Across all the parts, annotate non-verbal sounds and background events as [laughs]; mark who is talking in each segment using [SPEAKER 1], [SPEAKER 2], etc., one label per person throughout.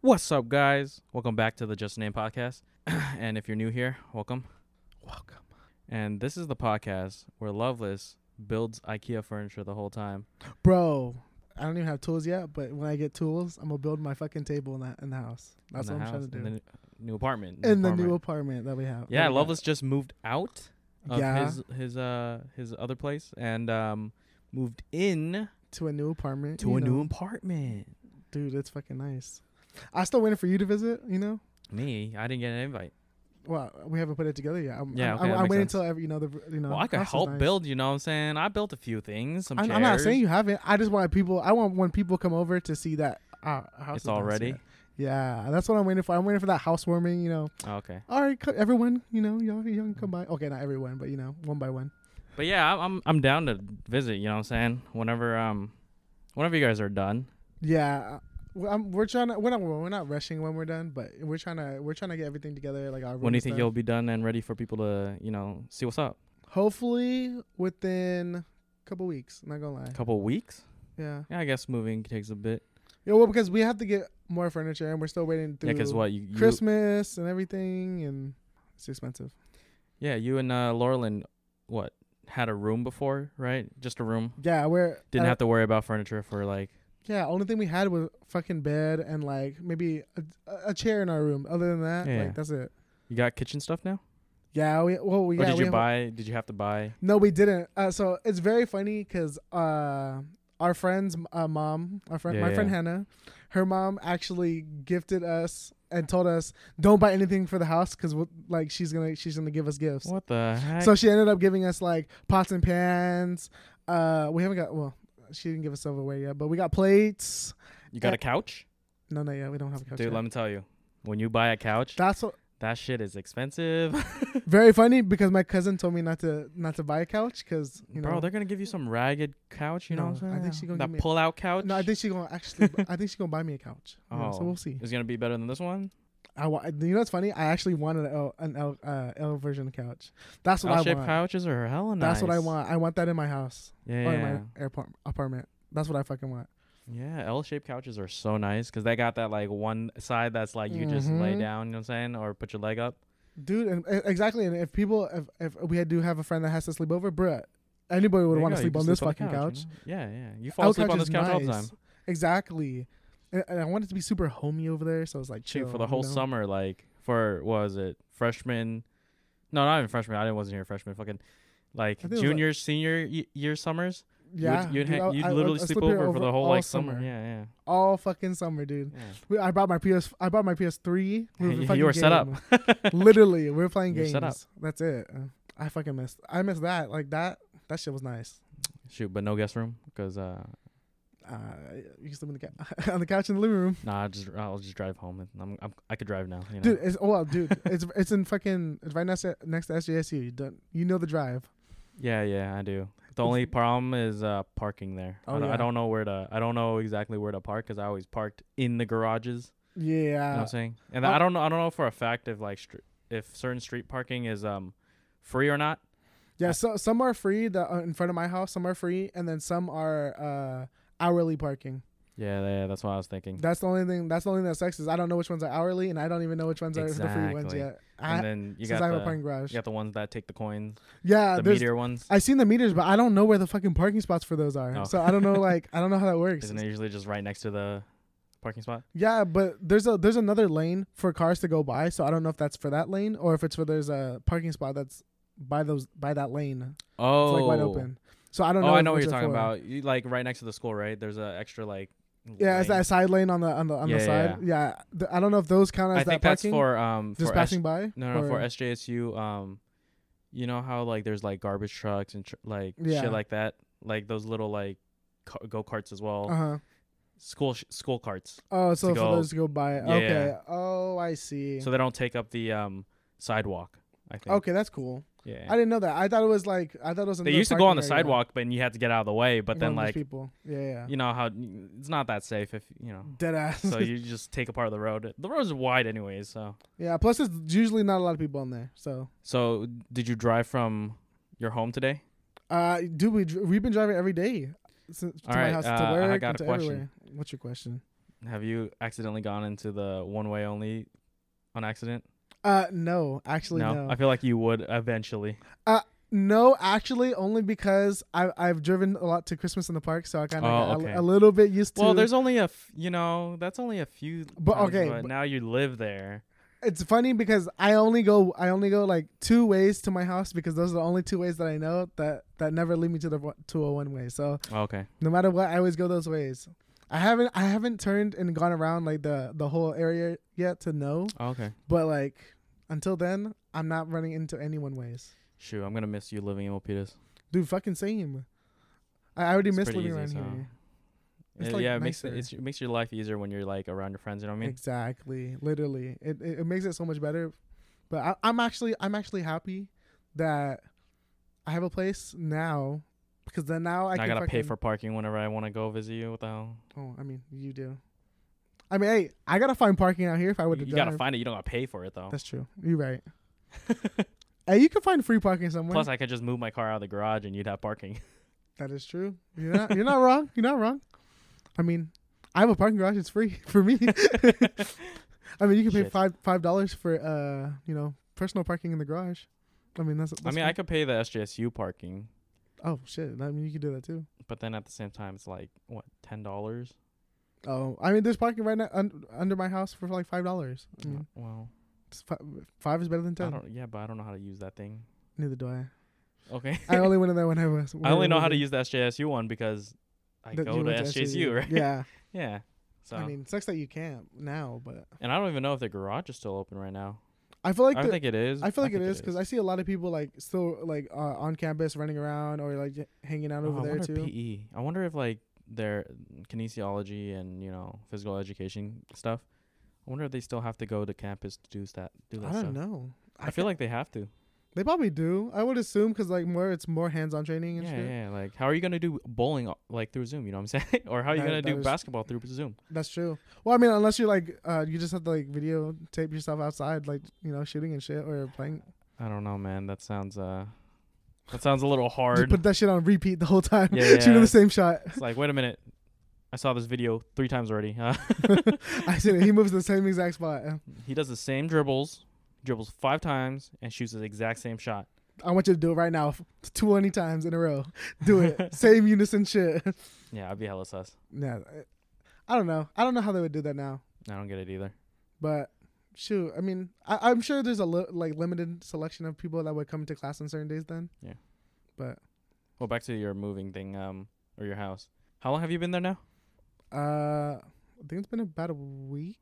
[SPEAKER 1] What's up, guys? Welcome back to the Just a Name podcast. [clears throat] and if you're new here, welcome.
[SPEAKER 2] Welcome.
[SPEAKER 1] And this is the podcast where Loveless builds IKEA furniture the whole time.
[SPEAKER 2] Bro, I don't even have tools yet, but when I get tools, I'm gonna build my fucking table in the in the house.
[SPEAKER 1] in
[SPEAKER 2] That's
[SPEAKER 1] the
[SPEAKER 2] what I'm
[SPEAKER 1] house,
[SPEAKER 2] trying to
[SPEAKER 1] in
[SPEAKER 2] do.
[SPEAKER 1] the new- new apartment.
[SPEAKER 2] In the new
[SPEAKER 1] apartment.
[SPEAKER 2] apartment that we have.
[SPEAKER 1] Yeah,
[SPEAKER 2] that we got.
[SPEAKER 1] Loveless just moved out of
[SPEAKER 2] Yeah.
[SPEAKER 1] his his uh his other place and um moved in
[SPEAKER 2] To a new apartment.
[SPEAKER 1] to
[SPEAKER 2] you
[SPEAKER 1] a new
[SPEAKER 2] know.
[SPEAKER 1] apartment.
[SPEAKER 2] dude, it's fucking nice. I still waiting for you to visit, you know?
[SPEAKER 1] Me, I didn't get an invite.
[SPEAKER 2] Well, we haven't put it together yet. I'm,
[SPEAKER 1] Yeah,
[SPEAKER 2] I'm,
[SPEAKER 1] okay,
[SPEAKER 2] I'm,
[SPEAKER 1] that
[SPEAKER 2] I'm
[SPEAKER 1] makes
[SPEAKER 2] waiting
[SPEAKER 1] sense.
[SPEAKER 2] until every you know the you know.
[SPEAKER 1] well, I could
[SPEAKER 2] house is
[SPEAKER 1] help
[SPEAKER 2] nice.
[SPEAKER 1] build. You know what I'm saying? I built a few things. Some
[SPEAKER 2] I'm,
[SPEAKER 1] chairs.
[SPEAKER 2] I'm not saying you haven't. I just want people. I want when people come over to see that uh, house.
[SPEAKER 1] It's
[SPEAKER 2] is nice
[SPEAKER 1] already?
[SPEAKER 2] yet. Yeah, that's what I'm waiting for. I'm waiting for that housewarming. You know,
[SPEAKER 1] Oh, okay.
[SPEAKER 2] all right, co- everyone. You know, y'all, y'all can come by. Okay, not everyone, but you know, one by one.
[SPEAKER 1] But yeah, I'm- I'm I'm down to visit. You know what I'm saying? Whenever um, whenever you guys are done.
[SPEAKER 2] Yeah, we I'm, we're trying to. We're not. We're not rushing when we're done, but we're trying to. We're trying to get everything together. Like our.
[SPEAKER 1] When do
[SPEAKER 2] room
[SPEAKER 1] you think
[SPEAKER 2] stuff.
[SPEAKER 1] you'll be done and ready for people to you know see what's up?
[SPEAKER 2] Hopefully within a couple weeks. Not gonna lie.
[SPEAKER 1] A couple weeks?
[SPEAKER 2] Yeah.
[SPEAKER 1] Yeah, I guess moving takes a bit.
[SPEAKER 2] Yeah. Well, because we have to get more furniture, and we're still waiting. Through
[SPEAKER 1] Yeah, 'cause what you, you
[SPEAKER 2] Christmas and everything, and it's expensive.
[SPEAKER 1] yeah you and uh, Laurelyn what had a room before right? Just a room.
[SPEAKER 2] Yeah, we're
[SPEAKER 1] Didn't
[SPEAKER 2] uh,
[SPEAKER 1] have to worry about furniture for like
[SPEAKER 2] Yeah, only thing we had was fucking bed and like maybe a, a chair in our room. Other than that,
[SPEAKER 1] Yeah.
[SPEAKER 2] like that's it.
[SPEAKER 1] you got kitchen stuff now.
[SPEAKER 2] Yeah, we well, we,
[SPEAKER 1] or
[SPEAKER 2] yeah,
[SPEAKER 1] did
[SPEAKER 2] we
[SPEAKER 1] you
[SPEAKER 2] have-
[SPEAKER 1] buy? Did you have to buy?
[SPEAKER 2] No, we didn't. Uh, so it's very funny because uh, our friend's uh, mom, our friend,
[SPEAKER 1] Yeah,
[SPEAKER 2] my friend
[SPEAKER 1] yeah.
[SPEAKER 2] Hannah, her mom actually gifted us and told us don't buy anything for the house because we'll, like she's gonna she's gonna give us gifts.
[SPEAKER 1] What the heck?
[SPEAKER 2] So she ended up giving us like pots and pans. Uh, we haven't got well, she didn't give us silverware yet, but we got plates.
[SPEAKER 1] you
[SPEAKER 2] uh,
[SPEAKER 1] got a couch,
[SPEAKER 2] No, no, yeah, we don't have a couch.
[SPEAKER 1] dude?
[SPEAKER 2] yet.
[SPEAKER 1] Let me tell you, when you buy a couch,
[SPEAKER 2] That's what,
[SPEAKER 1] that shit is expensive. [laughs]
[SPEAKER 2] very funny because my cousin told me not to not to buy a couch because you know.
[SPEAKER 1] Bro, they're gonna give you some ragged couch. You know what I'm
[SPEAKER 2] No,
[SPEAKER 1] saying?
[SPEAKER 2] I think she gonna
[SPEAKER 1] that
[SPEAKER 2] give me-
[SPEAKER 1] pull-out couch.
[SPEAKER 2] no, I think she gonna actually. I think she gonna buy me a couch. You know, so
[SPEAKER 1] Oh.
[SPEAKER 2] we'll see.
[SPEAKER 1] it's gonna be better than this one.
[SPEAKER 2] I wa- you know what's funny? I actually wanted an L, an L, uh, L version couch. That's what I
[SPEAKER 1] L-shaped
[SPEAKER 2] want.
[SPEAKER 1] couches are hella nice.
[SPEAKER 2] That's what I want. I want that in my house
[SPEAKER 1] Yeah,
[SPEAKER 2] or
[SPEAKER 1] yeah,
[SPEAKER 2] in my airport apartment. That's what I fucking want.
[SPEAKER 1] yeah. L-shaped couches are so nice because they got that like one side that's like you just lay
[SPEAKER 2] Mhm.
[SPEAKER 1] down. You know what I'm saying? Or put your leg up.
[SPEAKER 2] Dude, and, uh, exactly. And if people, if, if we do have a friend that has to sleep over, bruh, anybody would
[SPEAKER 1] There you
[SPEAKER 2] want
[SPEAKER 1] go,
[SPEAKER 2] to
[SPEAKER 1] you
[SPEAKER 2] sleep
[SPEAKER 1] can
[SPEAKER 2] on this
[SPEAKER 1] the
[SPEAKER 2] fucking couch.
[SPEAKER 1] you know? Yeah, yeah. You fall
[SPEAKER 2] Our
[SPEAKER 1] asleep on
[SPEAKER 2] is
[SPEAKER 1] this couch all the
[SPEAKER 2] nice.
[SPEAKER 1] time.
[SPEAKER 2] Exactly. And, and I want it to be super homey over there. So it's like chill
[SPEAKER 1] Shoot, for the whole
[SPEAKER 2] you know?
[SPEAKER 1] summer, like for what was it? Freshman? No, not even freshman. I didn't wasn't here freshman. Fucking like
[SPEAKER 2] think it was, like-
[SPEAKER 1] junior, senior y- year summers. You would-
[SPEAKER 2] Yeah,
[SPEAKER 1] you'd,
[SPEAKER 2] dude,
[SPEAKER 1] ha-
[SPEAKER 2] I-
[SPEAKER 1] you'd
[SPEAKER 2] I- I-
[SPEAKER 1] literally
[SPEAKER 2] I
[SPEAKER 1] sleep
[SPEAKER 2] here
[SPEAKER 1] over, for the whole
[SPEAKER 2] all
[SPEAKER 1] like summer. Yeah,
[SPEAKER 2] all fucking summer, dude.
[SPEAKER 1] yeah.
[SPEAKER 2] We, I brought my PS. I brought my PS3.
[SPEAKER 1] [laughs]
[SPEAKER 2] We
[SPEAKER 1] You- you
[SPEAKER 2] fucking
[SPEAKER 1] were set up.
[SPEAKER 2] gaming. Literally, we were playing
[SPEAKER 1] [laughs] You were
[SPEAKER 2] games.
[SPEAKER 1] set up.
[SPEAKER 2] That's it. Uh, I fucking missed. I missed that. Like that. That shit was nice.
[SPEAKER 1] Shoot, but no guest room because uh,
[SPEAKER 2] Uh, you can sleep on the cou- [laughs] on the couch in the living room,
[SPEAKER 1] nah, I just I'll just drive home and I'm, I'm I could drive now. You know?
[SPEAKER 2] dude. It's oh well, dude. it's it's in fucking it's right next to, next to SJSU. You don't you know the drive.
[SPEAKER 1] yeah, yeah, I do. The only problem is uh parking there. I,
[SPEAKER 2] Oh,
[SPEAKER 1] don't, I
[SPEAKER 2] yeah.
[SPEAKER 1] don't know where to. I don't know exactly where to park because I always parked in the garages. You know what
[SPEAKER 2] Yeah.
[SPEAKER 1] I'm saying, and
[SPEAKER 2] oh.
[SPEAKER 1] I don't know. I don't know for a fact if like str- if certain street parking is um free or not.
[SPEAKER 2] Yeah. So some are free. The uh, in front of my house, some are free, and then some are uh hourly parking.
[SPEAKER 1] Yeah, yeah, that's what I was thinking.
[SPEAKER 2] That's the only thing. That's the only thing that sucks is I don't know which ones are hourly, and I don't even know which ones are the free ones
[SPEAKER 1] Exactly.
[SPEAKER 2] yet. I,
[SPEAKER 1] and then you
[SPEAKER 2] since
[SPEAKER 1] got
[SPEAKER 2] I have
[SPEAKER 1] the
[SPEAKER 2] a parking garage.
[SPEAKER 1] you got the ones that take the coins,
[SPEAKER 2] Yeah,
[SPEAKER 1] the
[SPEAKER 2] there's.
[SPEAKER 1] meteor ones.
[SPEAKER 2] I seen the meters, but I don't know where the fucking parking spots for those are.
[SPEAKER 1] Oh.
[SPEAKER 2] So I don't
[SPEAKER 1] [laughs]
[SPEAKER 2] know, like, I don't know how that works.
[SPEAKER 1] Isn't it usually just right next to the parking spot?
[SPEAKER 2] Yeah, but there's a there's another lane for cars to go by, so I don't know if that's for that lane or if it's for there's a parking spot that's by those by that lane.
[SPEAKER 1] Oh,
[SPEAKER 2] It's like wide open. So I don't know.
[SPEAKER 1] oh, I
[SPEAKER 2] if
[SPEAKER 1] know what
[SPEAKER 2] which
[SPEAKER 1] you're
[SPEAKER 2] are
[SPEAKER 1] talking
[SPEAKER 2] for.
[SPEAKER 1] about. You, like right next to the school, right? There's a extra like.
[SPEAKER 2] Yeah, it's
[SPEAKER 1] lane.
[SPEAKER 2] that side lane on the on the on
[SPEAKER 1] Yeah,
[SPEAKER 2] the
[SPEAKER 1] yeah,
[SPEAKER 2] side. Yeah, Th- I don't know if those count
[SPEAKER 1] I
[SPEAKER 2] as that
[SPEAKER 1] think that's
[SPEAKER 2] parking.
[SPEAKER 1] for um
[SPEAKER 2] just
[SPEAKER 1] for S-
[SPEAKER 2] passing by.
[SPEAKER 1] no no
[SPEAKER 2] or-
[SPEAKER 1] for SJSU um, you know how like there's like garbage trucks and tr- like
[SPEAKER 2] Yeah.
[SPEAKER 1] shit like that, like those little like go karts as well,
[SPEAKER 2] Uh huh.
[SPEAKER 1] school sh- school carts,
[SPEAKER 2] Oh, so
[SPEAKER 1] to
[SPEAKER 2] for
[SPEAKER 1] go.
[SPEAKER 2] those to go by.
[SPEAKER 1] Yeah,
[SPEAKER 2] okay. Oh, I see.
[SPEAKER 1] so they don't take up the um sidewalk. I think.
[SPEAKER 2] okay, that's cool.
[SPEAKER 1] Yeah.
[SPEAKER 2] I didn't know that. I thought it was like I thought it was.
[SPEAKER 1] they
[SPEAKER 2] another
[SPEAKER 1] used to go on the
[SPEAKER 2] parking area.
[SPEAKER 1] sidewalk, but you had to get out of the way. But then,
[SPEAKER 2] One of those
[SPEAKER 1] like,
[SPEAKER 2] people. Yeah, yeah.
[SPEAKER 1] you know how it's not that safe if you know.
[SPEAKER 2] Dead
[SPEAKER 1] [laughs]
[SPEAKER 2] ass.
[SPEAKER 1] so you just take a part of the road. The road's wide, anyways. So,
[SPEAKER 2] [laughs] yeah. Plus, it's usually not a lot of people on there. So,
[SPEAKER 1] so did you drive from your home today?
[SPEAKER 2] uh, dude, we dr- we've been driving every day since to
[SPEAKER 1] All
[SPEAKER 2] my
[SPEAKER 1] right,
[SPEAKER 2] house
[SPEAKER 1] uh,
[SPEAKER 2] to
[SPEAKER 1] I
[SPEAKER 2] work.
[SPEAKER 1] got
[SPEAKER 2] and
[SPEAKER 1] a
[SPEAKER 2] to
[SPEAKER 1] question.
[SPEAKER 2] everywhere. What's your question?
[SPEAKER 1] Have you accidentally gone into the one way only on accident?
[SPEAKER 2] Uh, no, actually, no.
[SPEAKER 1] I feel like you would eventually.
[SPEAKER 2] No, actually, only because I I've driven a lot to Christmas in the park, so I kind of
[SPEAKER 1] Oh,
[SPEAKER 2] got
[SPEAKER 1] okay.
[SPEAKER 2] a, a little bit used to.
[SPEAKER 1] Well, there's only a f- you know that's only a few.
[SPEAKER 2] But,
[SPEAKER 1] times,
[SPEAKER 2] okay,
[SPEAKER 1] but
[SPEAKER 2] but-
[SPEAKER 1] now you live there.
[SPEAKER 2] It's funny because I only go I only go like two ways to my house because those are the only two ways that I know that that never lead me to the one- to a one way. So
[SPEAKER 1] Oh, Okay.
[SPEAKER 2] no matter what, I always go those ways. I haven't I haven't turned and gone around like the the whole area yet to know,
[SPEAKER 1] Oh, Okay.
[SPEAKER 2] but like until then, I'm not running into any one ways.
[SPEAKER 1] Shoot, I'm gonna miss you living in Milpitas.
[SPEAKER 2] Dude, fucking same. I already
[SPEAKER 1] It's
[SPEAKER 2] miss
[SPEAKER 1] pretty
[SPEAKER 2] living around
[SPEAKER 1] easy, so-
[SPEAKER 2] here. It's,
[SPEAKER 1] Uh,
[SPEAKER 2] like,
[SPEAKER 1] yeah, it makes it,
[SPEAKER 2] nicer.
[SPEAKER 1] it's, it makes your life easier when you're like around your friends. You know what I mean?
[SPEAKER 2] exactly literally it, it, it makes it so much better but I, i'm actually i'm actually happy that i have a place now because then now i,
[SPEAKER 1] I,
[SPEAKER 2] can
[SPEAKER 1] gotta pay
[SPEAKER 2] fucking-
[SPEAKER 1] for parking whenever I want to go visit you. What the hell?
[SPEAKER 2] oh i mean you do i mean hey i gotta find parking out here if i would
[SPEAKER 1] You
[SPEAKER 2] have
[SPEAKER 1] you
[SPEAKER 2] done
[SPEAKER 1] gotta
[SPEAKER 2] it.
[SPEAKER 1] find it. You don't gotta pay for it though.
[SPEAKER 2] that's true you're right
[SPEAKER 1] [laughs]
[SPEAKER 2] hey you can find free parking somewhere
[SPEAKER 1] Plus, I could just move my car out of the garage and you'd have parking.
[SPEAKER 2] that is true you're not [laughs] you're not wrong you're not wrong i mean i have a parking garage it's free [laughs] for me i mean you can pay
[SPEAKER 1] Shit.
[SPEAKER 2] five five dollars for uh you know personal parking in the garage i mean that's, that's
[SPEAKER 1] I mean,
[SPEAKER 2] free.
[SPEAKER 1] I could pay the SJSU parking,
[SPEAKER 2] Oh shit! I mean, you can do that too.
[SPEAKER 1] but then at the same time, it's like what ten dollars?
[SPEAKER 2] Oh, I mean, there's parking right now un- under my house for like five dollars. I mean,
[SPEAKER 1] Well,
[SPEAKER 2] it's fi- five is better than
[SPEAKER 1] Mm. I
[SPEAKER 2] Mm-hmm. ten.
[SPEAKER 1] don't. Yeah, but I don't know how to use that thing.
[SPEAKER 2] Neither
[SPEAKER 1] [laughs]
[SPEAKER 2] do I.
[SPEAKER 1] Okay.
[SPEAKER 2] I only went in there when I was.
[SPEAKER 1] I only know how to
[SPEAKER 2] when-
[SPEAKER 1] use the SJSU one because I
[SPEAKER 2] that
[SPEAKER 1] go
[SPEAKER 2] you
[SPEAKER 1] to
[SPEAKER 2] went
[SPEAKER 1] SJSU, right?
[SPEAKER 2] Yeah.
[SPEAKER 1] [laughs] Yeah. So
[SPEAKER 2] I mean, it sucks that you can't now, but
[SPEAKER 1] and I don't even know if the garage is still open right now.
[SPEAKER 2] I feel like
[SPEAKER 1] I
[SPEAKER 2] I,
[SPEAKER 1] don't think it is.
[SPEAKER 2] I feel like
[SPEAKER 1] think
[SPEAKER 2] it is because I see a lot of people like still like uh, on campus running around or like j- hanging out
[SPEAKER 1] Oh,
[SPEAKER 2] over
[SPEAKER 1] I
[SPEAKER 2] there
[SPEAKER 1] wonder
[SPEAKER 2] too.
[SPEAKER 1] PE. I wonder if like their kinesiology and you know physical education stuff. I wonder if they still have to go to campus to do that. Do that
[SPEAKER 2] I
[SPEAKER 1] stuff.
[SPEAKER 2] don't know.
[SPEAKER 1] I feel like they have to.
[SPEAKER 2] they probably do. I would assume because like more, it's more hands-on training and
[SPEAKER 1] Yeah,
[SPEAKER 2] shit.
[SPEAKER 1] yeah. Like, how are you gonna do bowling uh, like through Zoom? You know what I'm [laughs] saying? or how are you
[SPEAKER 2] That-
[SPEAKER 1] gonna
[SPEAKER 2] that
[SPEAKER 1] do
[SPEAKER 2] is-
[SPEAKER 1] basketball through Zoom?
[SPEAKER 2] That's true. Well, I mean, unless you're like, uh, you just have to like videotape yourself outside, like you know, shooting and shit or playing.
[SPEAKER 1] I don't know, man. That sounds uh, that sounds a
[SPEAKER 2] [laughs]
[SPEAKER 1] little
[SPEAKER 2] Just
[SPEAKER 1] hard.
[SPEAKER 2] put that shit on repeat the whole time, [laughs]
[SPEAKER 1] Yeah,
[SPEAKER 2] shooting
[SPEAKER 1] yeah.
[SPEAKER 2] the same shot.
[SPEAKER 1] it's like, wait a minute. I saw this video three times already.
[SPEAKER 2] [laughs]
[SPEAKER 1] Uh,
[SPEAKER 2] I see it. He moves to the same exact spot.
[SPEAKER 1] [laughs] he does the same dribbles, dribbles five times, and shoots the exact same shot.
[SPEAKER 2] I want you to do it right now, f- twenty times in a row. Do
[SPEAKER 1] [laughs]
[SPEAKER 2] it, same unison shit. [laughs]
[SPEAKER 1] Yeah, I'd be hella sus.
[SPEAKER 2] yeah, I- I don't know. I don't know how they would do that now,
[SPEAKER 1] I don't get it either.
[SPEAKER 2] but shoot, I mean, I, I'm sure there's a li- like limited selection of people that would come to class on certain days. Then,
[SPEAKER 1] Yeah.
[SPEAKER 2] but
[SPEAKER 1] Well, back to your moving thing, um, or your house. How long have you been there now?
[SPEAKER 2] Uh, I think it's been about a week.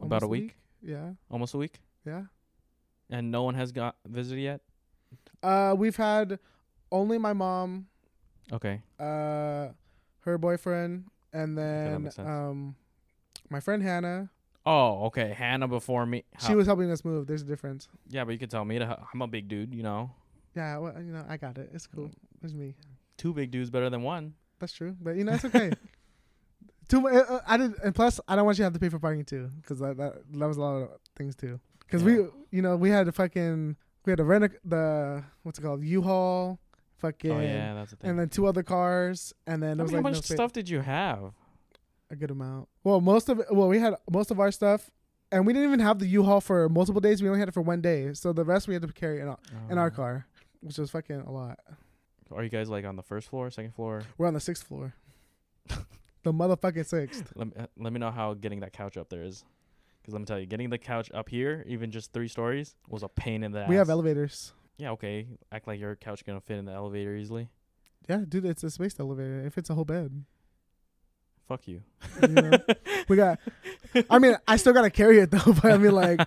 [SPEAKER 1] About a
[SPEAKER 2] almost
[SPEAKER 1] week?
[SPEAKER 2] Yeah,
[SPEAKER 1] Almost a week,
[SPEAKER 2] yeah.
[SPEAKER 1] and no one has got visited yet.
[SPEAKER 2] Uh, we've had only my mom,
[SPEAKER 1] Okay,
[SPEAKER 2] uh, her boyfriend, and
[SPEAKER 1] that
[SPEAKER 2] then
[SPEAKER 1] makes sense.
[SPEAKER 2] um, my friend Hannah.
[SPEAKER 1] Oh, okay. Hannah before me.
[SPEAKER 2] She
[SPEAKER 1] How-
[SPEAKER 2] was helping us move. There's a difference.
[SPEAKER 1] yeah, but you could tell me to. h- I'm a big dude, you know.
[SPEAKER 2] Yeah, well, you know, I got it. It's cool.
[SPEAKER 1] Mm.
[SPEAKER 2] It's me.
[SPEAKER 1] Two big dudes better than one.
[SPEAKER 2] That's true, but you know,
[SPEAKER 1] [laughs]
[SPEAKER 2] it's okay. Too mu- uh, uh, I did, and plus, I don't want you to have to pay for parking too, because that, that that was a lot of things too. Because
[SPEAKER 1] Yeah.
[SPEAKER 2] we, you know, we had to fucking we had to rent a, the what's it called U-Haul, fucking,
[SPEAKER 1] Oh yeah, that's the thing.
[SPEAKER 2] and then two other cars, and then it
[SPEAKER 1] I
[SPEAKER 2] was
[SPEAKER 1] mean, how
[SPEAKER 2] like
[SPEAKER 1] much
[SPEAKER 2] no spa-
[SPEAKER 1] stuff did you have?
[SPEAKER 2] a good amount. Well, most of it, well, we had most of our stuff, and we didn't even have the U-Haul for multiple days. We only had it for one day, so the rest we had to carry in our, in our
[SPEAKER 1] Uh,
[SPEAKER 2] car, which was fucking a lot.
[SPEAKER 1] Are you guys like on the first floor, second floor?
[SPEAKER 2] We're on the sixth
[SPEAKER 1] [laughs]
[SPEAKER 2] floor, the motherfucking sixth.
[SPEAKER 1] Let me, uh, let me know how getting that couch up there is. Because let me tell you, getting the couch up here, even just three stories, was a pain in the ass.
[SPEAKER 2] We have elevators.
[SPEAKER 1] yeah, okay. Act like your couch gonna fit in the elevator easily.
[SPEAKER 2] Yeah, dude, it's a space elevator. If it's a whole bed,
[SPEAKER 1] Fuck you.
[SPEAKER 2] you know? we got. [laughs] I mean, [laughs] I still gotta carry it though. [laughs] But I
[SPEAKER 1] [laughs]
[SPEAKER 2] mean, like,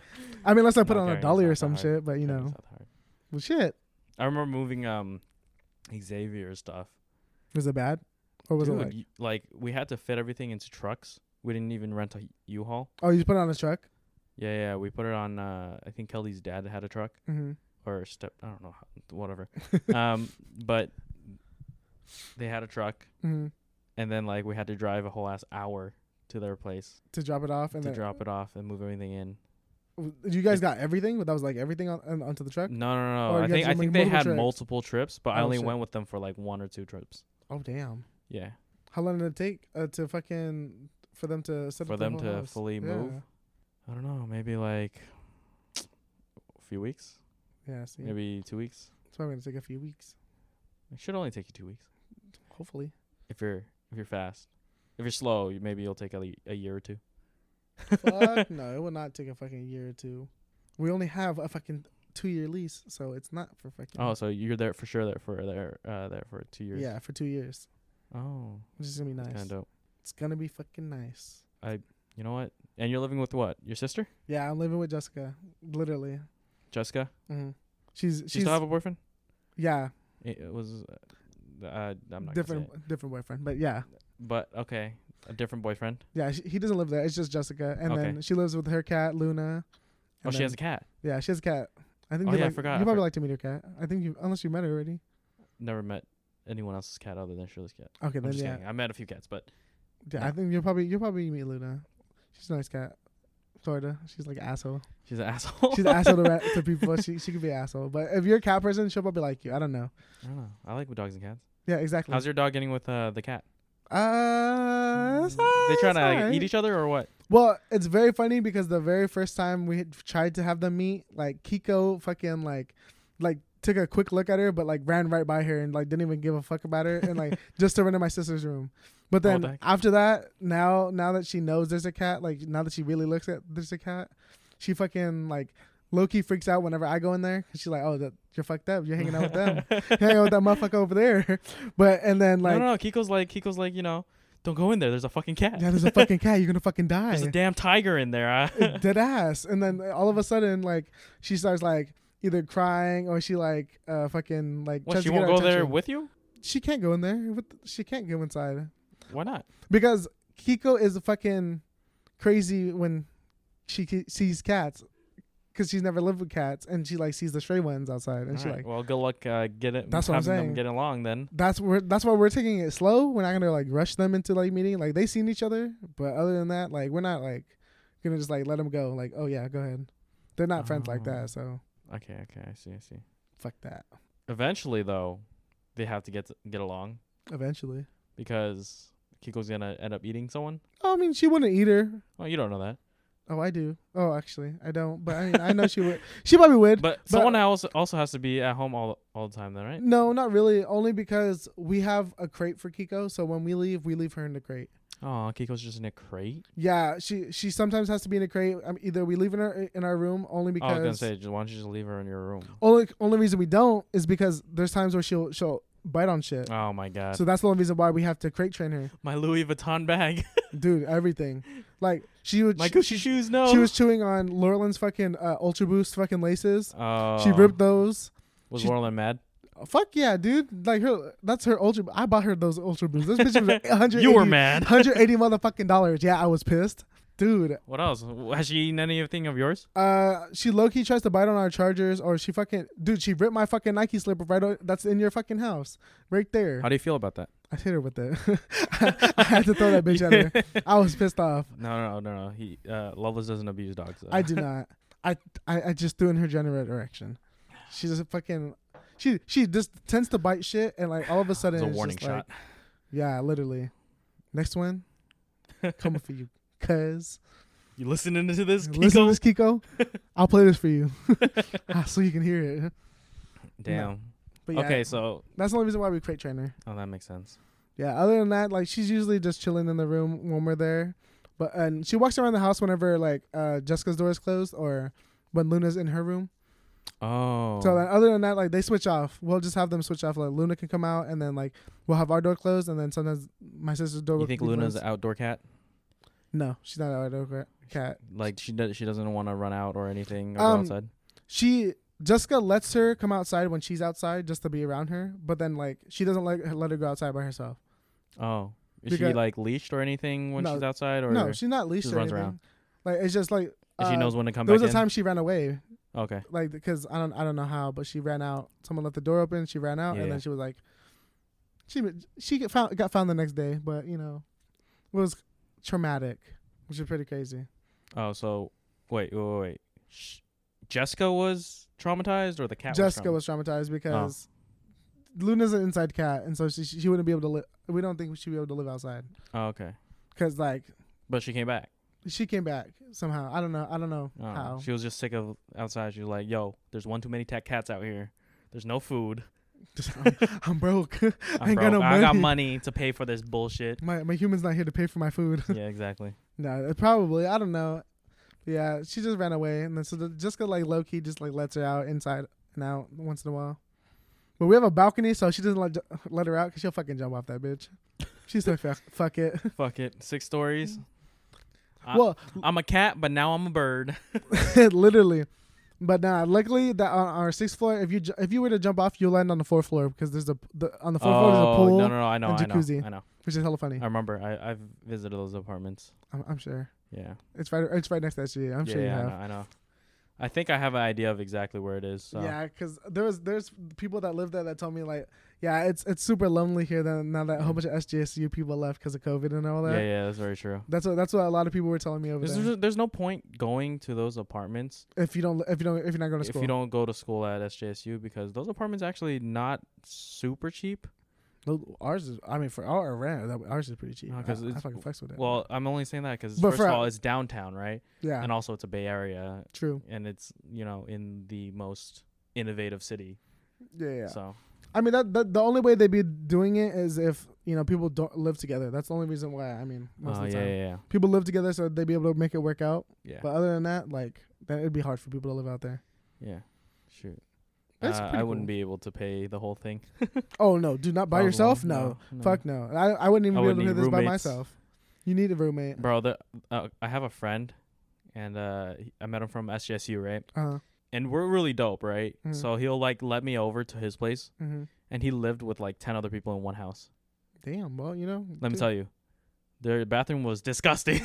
[SPEAKER 2] I mean, unless I
[SPEAKER 1] No,
[SPEAKER 2] put it on
[SPEAKER 1] carrying
[SPEAKER 2] a
[SPEAKER 1] is
[SPEAKER 2] dolly
[SPEAKER 1] not
[SPEAKER 2] or
[SPEAKER 1] that
[SPEAKER 2] some
[SPEAKER 1] hard.
[SPEAKER 2] shit. But you
[SPEAKER 1] That is
[SPEAKER 2] know,
[SPEAKER 1] not hard.
[SPEAKER 2] well, shit.
[SPEAKER 1] I remember moving um Xavier's stuff.
[SPEAKER 2] Was it bad, or was
[SPEAKER 1] Dude,
[SPEAKER 2] it like?
[SPEAKER 1] y- like we had to fit everything into trucks. We didn't even rent a U-Haul.
[SPEAKER 2] Oh, you just put it on a truck.
[SPEAKER 1] Yeah, yeah. We put it on. Uh, I think Kelly's dad had a truck
[SPEAKER 2] Mm-hmm.
[SPEAKER 1] or step. I don't know. how-
[SPEAKER 2] [laughs]
[SPEAKER 1] Whatever. um, but they had a truck,
[SPEAKER 2] Mm-hmm.
[SPEAKER 1] and then like we had to drive a whole ass hour to their place
[SPEAKER 2] To drop it off, and
[SPEAKER 1] to
[SPEAKER 2] then
[SPEAKER 1] drop it off and move everything in.
[SPEAKER 2] you guys got everything. That was like everything on, on onto the truck.
[SPEAKER 1] No, no, no.
[SPEAKER 2] Oh, you
[SPEAKER 1] I
[SPEAKER 2] had
[SPEAKER 1] think
[SPEAKER 2] to
[SPEAKER 1] I
[SPEAKER 2] make
[SPEAKER 1] think they
[SPEAKER 2] multiple
[SPEAKER 1] had
[SPEAKER 2] trips.
[SPEAKER 1] multiple trips, but I
[SPEAKER 2] Oh,
[SPEAKER 1] only
[SPEAKER 2] shit.
[SPEAKER 1] went with them for like one or two trips.
[SPEAKER 2] Oh damn!
[SPEAKER 1] Yeah.
[SPEAKER 2] How long did it take uh, to fucking for them to set
[SPEAKER 1] for
[SPEAKER 2] up their
[SPEAKER 1] them
[SPEAKER 2] whole
[SPEAKER 1] to
[SPEAKER 2] house.
[SPEAKER 1] fully
[SPEAKER 2] Yeah.
[SPEAKER 1] move. I don't know, maybe like [sniffs] a few weeks,
[SPEAKER 2] Yeah, see,
[SPEAKER 1] maybe two weeks.
[SPEAKER 2] it's probably gonna take a few weeks.
[SPEAKER 1] It should only take you two weeks
[SPEAKER 2] Hopefully,
[SPEAKER 1] if you're if you're fast. If you're slow, you, maybe you'll take a, le- a year or two. [laughs]
[SPEAKER 2] fuck no, it will not take a fucking year or two. We only have a fucking two year lease, so it's not for fucking.
[SPEAKER 1] Oh, so you're there for sure. There for there uh there for two years.
[SPEAKER 2] Mm-hmm. yeah, for two years,
[SPEAKER 1] Oh,
[SPEAKER 2] which is gonna be
[SPEAKER 1] that's
[SPEAKER 2] nice.
[SPEAKER 1] kind of dope.
[SPEAKER 2] It's gonna be fucking nice.
[SPEAKER 1] You know what? And you're living with what? Your sister,
[SPEAKER 2] Yeah, I'm living with Jessica, literally.
[SPEAKER 1] Jessica.
[SPEAKER 2] hmm She's
[SPEAKER 1] She
[SPEAKER 2] she's
[SPEAKER 1] still have a boyfriend?
[SPEAKER 2] yeah,
[SPEAKER 1] It was. Uh, uh, I'm not different.
[SPEAKER 2] different different boyfriend, but yeah,
[SPEAKER 1] But okay, a different boyfriend.
[SPEAKER 2] yeah. She, he doesn't live there. It's just Jessica, and then
[SPEAKER 1] Okay.
[SPEAKER 2] she lives with her cat Luna.
[SPEAKER 1] Oh,
[SPEAKER 2] and
[SPEAKER 1] she
[SPEAKER 2] then-
[SPEAKER 1] has a cat.
[SPEAKER 2] Yeah, she has a cat. I think
[SPEAKER 1] Oh,
[SPEAKER 2] you'd
[SPEAKER 1] yeah, I
[SPEAKER 2] like-
[SPEAKER 1] forgot.
[SPEAKER 2] You
[SPEAKER 1] I
[SPEAKER 2] probably
[SPEAKER 1] for-
[SPEAKER 2] like to meet her cat. I think you unless you met her already.
[SPEAKER 1] Never met anyone else's cat other than Shirley's cat.
[SPEAKER 2] Okay,
[SPEAKER 1] I'm
[SPEAKER 2] then
[SPEAKER 1] just
[SPEAKER 2] yeah.
[SPEAKER 1] kidding. I met a few cats, but
[SPEAKER 2] yeah, I think you'll probably you'll probably meet Luna. She's a nice cat. Florida, she's like
[SPEAKER 1] [laughs]
[SPEAKER 2] an asshole.
[SPEAKER 1] she's an asshole.
[SPEAKER 2] She's
[SPEAKER 1] [laughs]
[SPEAKER 2] an asshole to, ra- to people. She she could be an asshole, but if you're a cat person, she'll probably like you. I don't know.
[SPEAKER 1] I don't know. I like with dogs and cats.
[SPEAKER 2] Yeah, exactly.
[SPEAKER 1] How's your dog getting with uh, the cat?
[SPEAKER 2] uh, it's all-
[SPEAKER 1] they
[SPEAKER 2] it's
[SPEAKER 1] trying to like,
[SPEAKER 2] alright.
[SPEAKER 1] eat each other or what?
[SPEAKER 2] Well, it's very funny because the very first time we had tried to have them meet, like Kiko fucking like like took a quick look at her but like ran right by her and like didn't even give a fuck about her
[SPEAKER 1] [laughs]
[SPEAKER 2] and like just to run to my sister's room. But
[SPEAKER 1] Oh,
[SPEAKER 2] then
[SPEAKER 1] dang.
[SPEAKER 2] after that, now now that she knows there's a cat, like now that she really looks at there's a cat, she fucking like low key freaks out whenever I go in there 'cause she's like, "Oh, that, you're fucked up. You're [laughs] hanging out
[SPEAKER 1] [laughs]
[SPEAKER 2] with them. You're hanging out with that motherfucker over there." [laughs] But and then like,
[SPEAKER 1] no, no, no. Kiko's like Kiko's like you know, don't go in there. There's a fucking cat.
[SPEAKER 2] yeah, there's a fucking cat. You're gonna fucking
[SPEAKER 1] [laughs]
[SPEAKER 2] die.
[SPEAKER 1] There's a damn tiger in there. [laughs] Uh.
[SPEAKER 2] dead ass and then all of a sudden like she starts like either crying or she like uh fucking like
[SPEAKER 1] what?
[SPEAKER 2] tries
[SPEAKER 1] She
[SPEAKER 2] to get
[SPEAKER 1] won't
[SPEAKER 2] our
[SPEAKER 1] go there
[SPEAKER 2] attention.
[SPEAKER 1] with you?
[SPEAKER 2] she can't go in there with she can't go inside
[SPEAKER 1] Why not?
[SPEAKER 2] because kiko is fucking crazy when she ki- sees cats because she's never lived with cats and she like sees the stray ones outside and she
[SPEAKER 1] Alright,
[SPEAKER 2] like
[SPEAKER 1] well, good luck uh, getting
[SPEAKER 2] That's what I'm
[SPEAKER 1] having them
[SPEAKER 2] saying.
[SPEAKER 1] get along then.
[SPEAKER 2] that's where that's why we're taking it slow we're not gonna like rush them into like meeting like they seen each other but other than that like we're not like gonna just like let them go like oh yeah go ahead they're not friends like
[SPEAKER 1] Oh.
[SPEAKER 2] that so
[SPEAKER 1] Okay, okay, I see, I see.
[SPEAKER 2] fuck that
[SPEAKER 1] Eventually, though, they have to get get along
[SPEAKER 2] Eventually.
[SPEAKER 1] because Kiko's gonna end up eating someone.
[SPEAKER 2] Oh, I mean, she wouldn't eat her.
[SPEAKER 1] Oh, you don't know
[SPEAKER 2] [laughs]
[SPEAKER 1] that,
[SPEAKER 2] Oh, I do. Oh, actually, I don't. But I mean, I know she would. [laughs] She probably would.
[SPEAKER 1] but, someone else also has to be at home all all the time, then, right?
[SPEAKER 2] no, not really. Only because we have a crate for Kiko, so when we leave, we leave her in the crate.
[SPEAKER 1] Oh, Kiko's just in a crate.
[SPEAKER 2] Yeah, she she sometimes has to be in a crate. Um, either we leave in her in our room only
[SPEAKER 1] Oh, I was gonna
[SPEAKER 2] because
[SPEAKER 1] say, just, why don't you just leave her in your
[SPEAKER 2] [laughs]
[SPEAKER 1] room?
[SPEAKER 2] only only reason we don't is because there's times where she'll she'll bite on shit.
[SPEAKER 1] Oh my god,
[SPEAKER 2] So that's the only reason why we have to crate train her,
[SPEAKER 1] my Louis Vuitton
[SPEAKER 2] [laughs]
[SPEAKER 1] bag,
[SPEAKER 2] dude. Everything, like she would.
[SPEAKER 1] my
[SPEAKER 2] she,
[SPEAKER 1] Gucci shoes. No,
[SPEAKER 2] she was chewing on Laurelin's fucking uh, Ultra Boost fucking laces.
[SPEAKER 1] Oh,
[SPEAKER 2] She ripped those.
[SPEAKER 1] Was
[SPEAKER 2] she-
[SPEAKER 1] Lauren mad?
[SPEAKER 2] Fuck yeah, dude! Like her, that's her ultra. I bought her those ultra boots. This bitch
[SPEAKER 1] [laughs]
[SPEAKER 2] was one hundred.
[SPEAKER 1] You were mad.
[SPEAKER 2] [laughs] Hundred eighty motherfucking dollars. Yeah, I was pissed, dude.
[SPEAKER 1] What else? Has she eaten anything of yours?
[SPEAKER 2] Uh, she low key tries to bite on our chargers, or she fucking dude. She ripped my fucking Nike slipper right. O- that's in your fucking house, right there.
[SPEAKER 1] How do you feel about that?
[SPEAKER 2] I hit her with it. [laughs] I had to throw that bitch at her. I was pissed off.
[SPEAKER 1] [laughs] No, no, no, no. He uh, Loveless doesn't abuse dogs. though. [laughs]
[SPEAKER 2] I do not. I, I I just threw in her general direction. She's just fucking. She she just tends to bite shit, and like all of a sudden
[SPEAKER 1] It's a
[SPEAKER 2] it's
[SPEAKER 1] warning
[SPEAKER 2] just, like,
[SPEAKER 1] shot.
[SPEAKER 2] Yeah, literally.
[SPEAKER 1] [laughs]
[SPEAKER 2] Next one, coming for you, cuz.
[SPEAKER 1] You listening to this? Kiko?
[SPEAKER 2] Listen to this, Kiko.
[SPEAKER 1] [laughs]
[SPEAKER 2] I'll play this for you, Ah, so you can hear it.
[SPEAKER 1] Damn.
[SPEAKER 2] But yeah,
[SPEAKER 1] Okay, so
[SPEAKER 2] that's the only reason why we crate trainer.
[SPEAKER 1] oh, that makes sense.
[SPEAKER 2] Yeah. Other than that, like she's usually just chilling in the room when we're there, but and she walks around the house whenever like uh, Jessica's door is closed or when Luna's in her room.
[SPEAKER 1] Oh,
[SPEAKER 2] So like, other than that, like they switch off. We'll just have them switch off. Like Luna can come out, and then like we'll have our door closed, and then sometimes my sister's door.
[SPEAKER 1] you
[SPEAKER 2] will
[SPEAKER 1] think
[SPEAKER 2] be
[SPEAKER 1] Luna's
[SPEAKER 2] closed.
[SPEAKER 1] an outdoor cat?
[SPEAKER 2] No, she's not our door cat.
[SPEAKER 1] Like she does, she doesn't want to run out or anything or
[SPEAKER 2] Um,
[SPEAKER 1] go outside.
[SPEAKER 2] she Jessica lets her come outside when she's outside just to be around her, but then like she doesn't let her, let her go outside by herself.
[SPEAKER 1] Oh, is she
[SPEAKER 2] because-
[SPEAKER 1] like leashed or anything when
[SPEAKER 2] No.
[SPEAKER 1] she's outside, or
[SPEAKER 2] no, she's not leashed
[SPEAKER 1] just
[SPEAKER 2] or
[SPEAKER 1] runs
[SPEAKER 2] anything.
[SPEAKER 1] around?
[SPEAKER 2] Like it's just like
[SPEAKER 1] she
[SPEAKER 2] uh,
[SPEAKER 1] knows when to come
[SPEAKER 2] There
[SPEAKER 1] back
[SPEAKER 2] was a
[SPEAKER 1] in?
[SPEAKER 2] time she ran away,
[SPEAKER 1] okay,
[SPEAKER 2] like because I don't I don't know how, but she ran out. Someone left the door open. She ran out,
[SPEAKER 1] Yeah.
[SPEAKER 2] and then she was like, she she get found got found the next day, but you know, it was traumatic, which is pretty crazy.
[SPEAKER 1] oh, so wait, wait, wait, wait. Sh- Jessica was traumatized, or the cat?
[SPEAKER 2] Jessica
[SPEAKER 1] was. Oh.
[SPEAKER 2] was traumatized because Luna's an inside cat, and so she she wouldn't be able to live. We don't think she'd be able to live outside.
[SPEAKER 1] traumatized? Oh, okay.
[SPEAKER 2] Cause like
[SPEAKER 1] But she came back.
[SPEAKER 2] She came back somehow. I don't know. I don't know
[SPEAKER 1] I don't know.
[SPEAKER 2] how.
[SPEAKER 1] Oh,
[SPEAKER 2] [laughs]
[SPEAKER 1] She [laughs] was just sick of outside. She was like, "Yo, there's one too many tech cats out here. There's no
[SPEAKER 2] [laughs]
[SPEAKER 1] food.
[SPEAKER 2] I'm, I'm broke. [laughs]
[SPEAKER 1] I'm
[SPEAKER 2] ain't got
[SPEAKER 1] broke.
[SPEAKER 2] no
[SPEAKER 1] I got
[SPEAKER 2] money."
[SPEAKER 1] money to pay for this
[SPEAKER 2] [laughs]
[SPEAKER 1] bullshit."
[SPEAKER 2] My my human's not here to pay for my food. [laughs]
[SPEAKER 1] yeah, exactly.
[SPEAKER 2] no, probably. I don't know. Yeah, she just ran away, and then so the, Jessica like low key just like lets her out inside and out once in a while. But we have a balcony, so she doesn't let [laughs] let her out because she'll fucking jump off that bitch. [laughs] She's like fuck, fuck it.
[SPEAKER 1] Fuck it. Six stories. [laughs] I-
[SPEAKER 2] well, [laughs]
[SPEAKER 1] I'm a cat, but now I'm a bird.
[SPEAKER 2] literally. But nah, luckily that on our sixth floor, if you ju- if you were to jump off, you land on the fourth floor because there's a p- the on the fourth floor there's a pool,
[SPEAKER 1] Oh, no, no, no! I know,
[SPEAKER 2] and
[SPEAKER 1] I know,
[SPEAKER 2] jacuzzi.
[SPEAKER 1] I know.
[SPEAKER 2] which is hella funny.
[SPEAKER 1] I remember. I, I've visited those apartments.
[SPEAKER 2] I'm, I'm sure
[SPEAKER 1] Yeah,
[SPEAKER 2] it's right it's right next to SGA. I'm
[SPEAKER 1] yeah,
[SPEAKER 2] sure you
[SPEAKER 1] yeah,
[SPEAKER 2] have.
[SPEAKER 1] I know. I know. I think I have an idea of exactly where it is. So.
[SPEAKER 2] Yeah, because there was there's people that live there that told me like, yeah, it's it's super lonely here. Then now that a whole bunch of SJSU people left because of COVID and all that.
[SPEAKER 1] yeah, yeah, that's very true.
[SPEAKER 2] That's what that's what a lot of people were telling me over
[SPEAKER 1] There's,
[SPEAKER 2] there.
[SPEAKER 1] there's- there's no point going to those apartments
[SPEAKER 2] if you don't if you don't if you're not going to
[SPEAKER 1] if
[SPEAKER 2] school,
[SPEAKER 1] you don't go to school at SJSU because those apartments actually not super cheap.
[SPEAKER 2] No, ours is I mean for our rent that- ours is pretty cheap.
[SPEAKER 1] No,
[SPEAKER 2] I,
[SPEAKER 1] 'cause
[SPEAKER 2] I
[SPEAKER 1] it's-
[SPEAKER 2] fucking flex with it.
[SPEAKER 1] Well, I'm only saying that because
[SPEAKER 2] But
[SPEAKER 1] first
[SPEAKER 2] for-
[SPEAKER 1] of all, it's downtown, right?
[SPEAKER 2] yeah,
[SPEAKER 1] And also, it's a Bay Area,
[SPEAKER 2] true.
[SPEAKER 1] and it's you know in the most innovative city.
[SPEAKER 2] Yeah, yeah.
[SPEAKER 1] So
[SPEAKER 2] I mean that, that the only way they'd be doing it is if you know people don't live together. That's the only reason why. I mean, most
[SPEAKER 1] oh
[SPEAKER 2] of the
[SPEAKER 1] yeah,
[SPEAKER 2] time
[SPEAKER 1] yeah, yeah,
[SPEAKER 2] people live together, so they'd be able to make it work out.
[SPEAKER 1] yeah,
[SPEAKER 2] But other than that, like that it'd be hard for people to live out there.
[SPEAKER 1] yeah. Shoot,
[SPEAKER 2] That's
[SPEAKER 1] uh,
[SPEAKER 2] pretty
[SPEAKER 1] I wouldn't
[SPEAKER 2] cool.
[SPEAKER 1] be able to pay the whole thing [laughs]
[SPEAKER 2] Oh no, do not by
[SPEAKER 1] Probably.
[SPEAKER 2] yourself. No. fuck no. I I wouldn't even
[SPEAKER 1] I
[SPEAKER 2] be
[SPEAKER 1] would
[SPEAKER 2] able to do
[SPEAKER 1] need
[SPEAKER 2] this by
[SPEAKER 1] roommates.
[SPEAKER 2] myself. You need a roommate.
[SPEAKER 1] bro. The, uh, I have a friend, and uh, he- I met him from SJSU, right?
[SPEAKER 2] Uh,
[SPEAKER 1] And we're really dope, right?
[SPEAKER 2] Mhm.
[SPEAKER 1] So he'll like let me over to his place,
[SPEAKER 2] mm-hmm.
[SPEAKER 1] and he lived with like ten other people in one house.
[SPEAKER 2] Damn. Well, you know.
[SPEAKER 1] Let me
[SPEAKER 2] dude,
[SPEAKER 1] tell you, their bathroom was disgusting.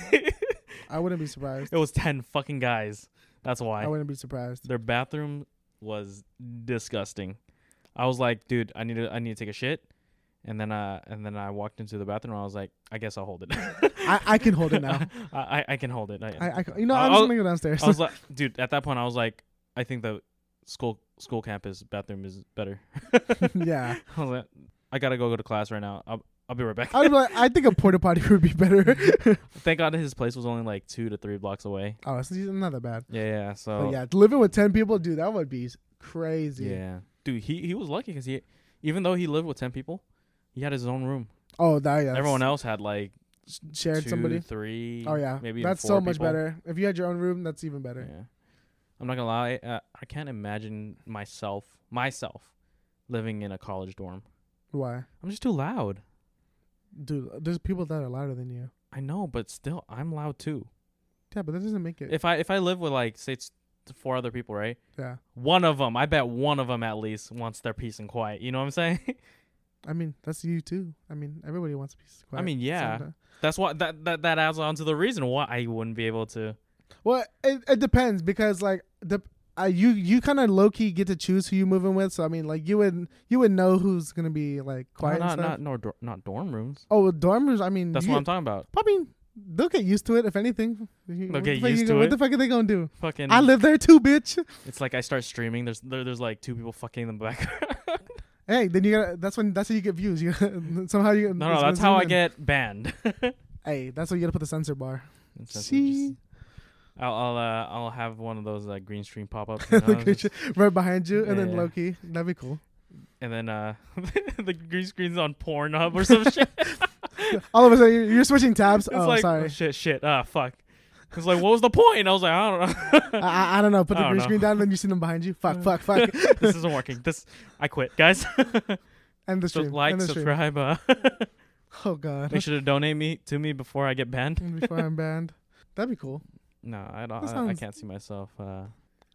[SPEAKER 1] [laughs]
[SPEAKER 2] I wouldn't be surprised.
[SPEAKER 1] it was ten fucking guys. That's
[SPEAKER 2] I,
[SPEAKER 1] why
[SPEAKER 2] wouldn't be surprised.
[SPEAKER 1] their bathroom was disgusting. I was like, dude, I need to, I need to take a shit, and then uh, and then I walked into the bathroom. and I was like, I guess I'll hold it.
[SPEAKER 2] I, I can hold it now.
[SPEAKER 1] [laughs] I, I, I can hold it. I,
[SPEAKER 2] I, I can- you know
[SPEAKER 1] I-
[SPEAKER 2] I'm
[SPEAKER 1] I
[SPEAKER 2] just
[SPEAKER 1] was-
[SPEAKER 2] gonna go downstairs.
[SPEAKER 1] I was like, dude, at that point, I was like, I think the school school campus bathroom is better.
[SPEAKER 2] [laughs] yeah.
[SPEAKER 1] [laughs] I was like, I gotta go go to class right now. I'll I'll be right back.
[SPEAKER 2] I'd be like, [laughs] I
[SPEAKER 1] [laughs]
[SPEAKER 2] think a porta potty would be better. [laughs]
[SPEAKER 1] Thank God his place was only like two to three blocks away.
[SPEAKER 2] oh, it's not that bad.
[SPEAKER 1] Yeah, yeah. So
[SPEAKER 2] But Oh, yeah, living with ten people, dude, that would be s- crazy.
[SPEAKER 1] Oh. Yeah, dude, he he was lucky because he, even though he lived with ten people, he had his own room.
[SPEAKER 2] Oh, that yeah. that's-
[SPEAKER 1] Everyone else had like
[SPEAKER 2] sh- shared
[SPEAKER 1] two,
[SPEAKER 2] somebody.
[SPEAKER 1] three.
[SPEAKER 2] Oh yeah,
[SPEAKER 1] maybe even
[SPEAKER 2] that's
[SPEAKER 1] four
[SPEAKER 2] so much
[SPEAKER 1] people.
[SPEAKER 2] better. If you had your own room, that's even better.
[SPEAKER 1] Yeah, I'm not gonna lie, uh, I can't imagine myself myself living in a college dorm.
[SPEAKER 2] Why,
[SPEAKER 1] I'm just too loud.
[SPEAKER 2] dude? uh, There's people that are louder than you.
[SPEAKER 1] I know, but still, I'm loud too.
[SPEAKER 2] Yeah, but that doesn't make it.
[SPEAKER 1] If I if I live with like say it's four other people, right?
[SPEAKER 2] yeah,
[SPEAKER 1] One of them, I bet one of them at least wants their peace and quiet. You know what I'm saying? [laughs]
[SPEAKER 2] I mean that's you too. I mean everybody wants a piece of quiet.
[SPEAKER 1] mean, yeah.
[SPEAKER 2] sometime.
[SPEAKER 1] That's why that, that that adds on to the reason why I wouldn't be able to.
[SPEAKER 2] Well, it, it depends because like the uh, you you kind of low key get to choose who you moving with. So I mean, like you would you would know who's gonna be like quiet.
[SPEAKER 1] No,
[SPEAKER 2] and
[SPEAKER 1] not
[SPEAKER 2] stuff.
[SPEAKER 1] not nor dor- not dorm rooms.
[SPEAKER 2] Oh, well, dorm rooms. I mean,
[SPEAKER 1] That's
[SPEAKER 2] you,
[SPEAKER 1] what I'm talking about.
[SPEAKER 2] I mean, they'll get used to it if anything. They'll
[SPEAKER 1] get used to
[SPEAKER 2] What
[SPEAKER 1] it.
[SPEAKER 2] the fuck are they gonna do?
[SPEAKER 1] Fucking,
[SPEAKER 2] I live there too, bitch.
[SPEAKER 1] it's like I start streaming. There's there, there's like two people fucking in the background.
[SPEAKER 2] Hey, then you gotta. That's when. That's how you get views. You [laughs] somehow you.
[SPEAKER 1] [laughs] no, no,
[SPEAKER 2] it's
[SPEAKER 1] that's
[SPEAKER 2] gonna
[SPEAKER 1] how
[SPEAKER 2] zoom [laughs]
[SPEAKER 1] I
[SPEAKER 2] in.
[SPEAKER 1] get banned. [laughs]
[SPEAKER 2] Hey, that's where you gotta put the sensor bar.
[SPEAKER 1] And so it's
[SPEAKER 2] See?
[SPEAKER 1] just- I'll I'll uh, I'll have one of those like green screen pop
[SPEAKER 2] [laughs]
[SPEAKER 1] up,
[SPEAKER 2] Look at you, right behind you, and then
[SPEAKER 1] Yeah.
[SPEAKER 2] low key. That'd be cool.
[SPEAKER 1] and then uh [laughs] the green screen's on Pornhub or
[SPEAKER 2] [laughs]
[SPEAKER 1] some shit.
[SPEAKER 2] All of a sudden, you're, you're switching tabs.
[SPEAKER 1] [laughs] It's
[SPEAKER 2] oh,
[SPEAKER 1] like
[SPEAKER 2] sorry.
[SPEAKER 1] shit, shit, ah, fuck. It's like, what was the point? I was like, I don't know.
[SPEAKER 2] I, I, I don't know. Put
[SPEAKER 1] I
[SPEAKER 2] the
[SPEAKER 1] don't
[SPEAKER 2] green
[SPEAKER 1] know.
[SPEAKER 2] screen down, then you see them behind you. Fuck, fuck, fuck.
[SPEAKER 1] [laughs]
[SPEAKER 2] [laughs]
[SPEAKER 1] this isn't working. This, I quit, guys.
[SPEAKER 2] End the stream.
[SPEAKER 1] Just like,
[SPEAKER 2] End the stream.
[SPEAKER 1] subscribe.
[SPEAKER 2] [laughs]
[SPEAKER 1] Uh, [laughs]
[SPEAKER 2] Oh god.
[SPEAKER 1] make
[SPEAKER 2] [laughs]
[SPEAKER 1] sure to donate me to me before I get banned.
[SPEAKER 2] Before I'm banned. That'd be cool.
[SPEAKER 1] No, I don't.
[SPEAKER 2] That
[SPEAKER 1] I, I
[SPEAKER 2] sounds-
[SPEAKER 1] can't see myself. Uh,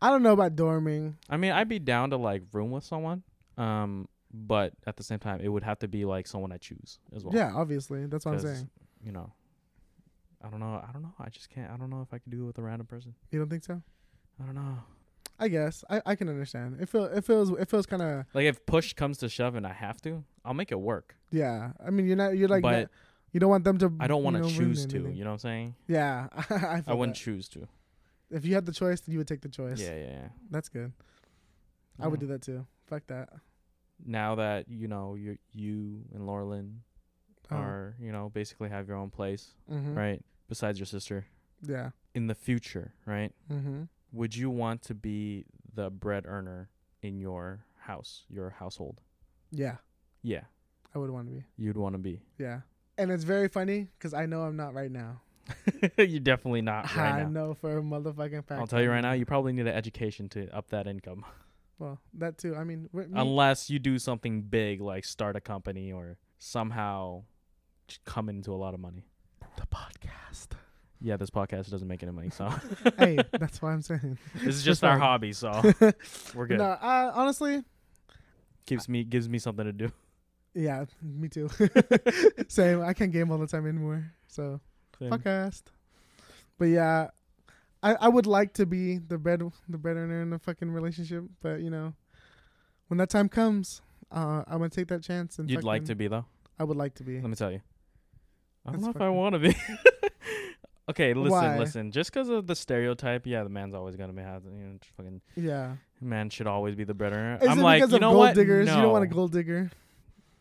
[SPEAKER 2] I don't know about dorming.
[SPEAKER 1] I mean, I'd be down to like room with someone, um, but at the same time, it would have to be like someone I choose as well.
[SPEAKER 2] yeah, obviously. That's what I'm
[SPEAKER 1] 'Cause,
[SPEAKER 2] saying.
[SPEAKER 1] You know, I don't know. I don't know. I just can't. I don't know if I could do it with a random person.
[SPEAKER 2] You don't think so?
[SPEAKER 1] I don't know.
[SPEAKER 2] I guess. I, I can understand. It feel it feels it feels kind of
[SPEAKER 1] Like if push comes to shove and I have to, I'll make it work.
[SPEAKER 2] yeah. I mean, you're not you're like
[SPEAKER 1] but
[SPEAKER 2] not- you don't want them to.
[SPEAKER 1] I don't want to
[SPEAKER 2] you know, ruin
[SPEAKER 1] choose to.
[SPEAKER 2] anything.
[SPEAKER 1] You know what I'm saying?
[SPEAKER 2] Yeah, [laughs] I, feel
[SPEAKER 1] I wouldn't
[SPEAKER 2] that.
[SPEAKER 1] choose to.
[SPEAKER 2] if you had the choice, then you would take the choice.
[SPEAKER 1] Yeah, Mm-hmm. yeah, yeah.
[SPEAKER 2] that's good. I would
[SPEAKER 1] Yeah.
[SPEAKER 2] do that too. Fuck that.
[SPEAKER 1] Now that you know
[SPEAKER 2] Oh.
[SPEAKER 1] you you and Laurelyn are you know basically have your own place,
[SPEAKER 2] hmm
[SPEAKER 1] right? besides your sister
[SPEAKER 2] Yeah.
[SPEAKER 1] in the future, right?
[SPEAKER 2] Mm-hmm.
[SPEAKER 1] Would you want to be the bread earner in your house, your household?
[SPEAKER 2] Yeah.
[SPEAKER 1] Yeah,
[SPEAKER 2] I would want to be.
[SPEAKER 1] you'd want to be. [laughs]
[SPEAKER 2] Yeah. And it's very funny because I know I'm not right now.
[SPEAKER 1] You're definitely not
[SPEAKER 2] I
[SPEAKER 1] right now.
[SPEAKER 2] know for a motherfucking fact.
[SPEAKER 1] I'll tell you right now, you probably need an education to up that income.
[SPEAKER 2] Well, that too. I mean, wi- me,
[SPEAKER 1] Unless you do something big like start a company or somehow j- come into a lot of money.
[SPEAKER 2] the podcast.
[SPEAKER 1] Yeah, this podcast doesn't make any money, so
[SPEAKER 2] [laughs] [laughs] hey, that's what I'm saying.
[SPEAKER 1] [laughs] this is
[SPEAKER 2] Just
[SPEAKER 1] just our
[SPEAKER 2] like-
[SPEAKER 1] hobby, so
[SPEAKER 2] [laughs]
[SPEAKER 1] we're good.
[SPEAKER 2] No, uh, honestly,
[SPEAKER 1] Keeps me gives me something to do.
[SPEAKER 2] yeah,
[SPEAKER 1] [laughs]
[SPEAKER 2] me too. Same. I can't game all the time anymore. So podcast. But yeah, I I would like to be the bread the bread earner in a fucking relationship, but you know, when that time comes, uh, I'm gonna take that chance and.
[SPEAKER 1] You'd like
[SPEAKER 2] fucking-
[SPEAKER 1] to Um, be though.
[SPEAKER 2] I would like to be.
[SPEAKER 1] Let me tell you. I don't
[SPEAKER 2] That's
[SPEAKER 1] know if I
[SPEAKER 2] fucking-
[SPEAKER 1] want to be. [laughs] okay, listen,
[SPEAKER 2] Why?
[SPEAKER 1] listen. Just because of the stereotype, yeah, the man's always gonna be have you know just fucking
[SPEAKER 2] Yeah.
[SPEAKER 1] man should always be the bread earner.
[SPEAKER 2] Is
[SPEAKER 1] I'm
[SPEAKER 2] it
[SPEAKER 1] like,
[SPEAKER 2] because
[SPEAKER 1] you
[SPEAKER 2] of
[SPEAKER 1] know
[SPEAKER 2] gold
[SPEAKER 1] what?
[SPEAKER 2] diggers?
[SPEAKER 1] No.
[SPEAKER 2] You don't want a gold
[SPEAKER 1] [laughs]
[SPEAKER 2] digger.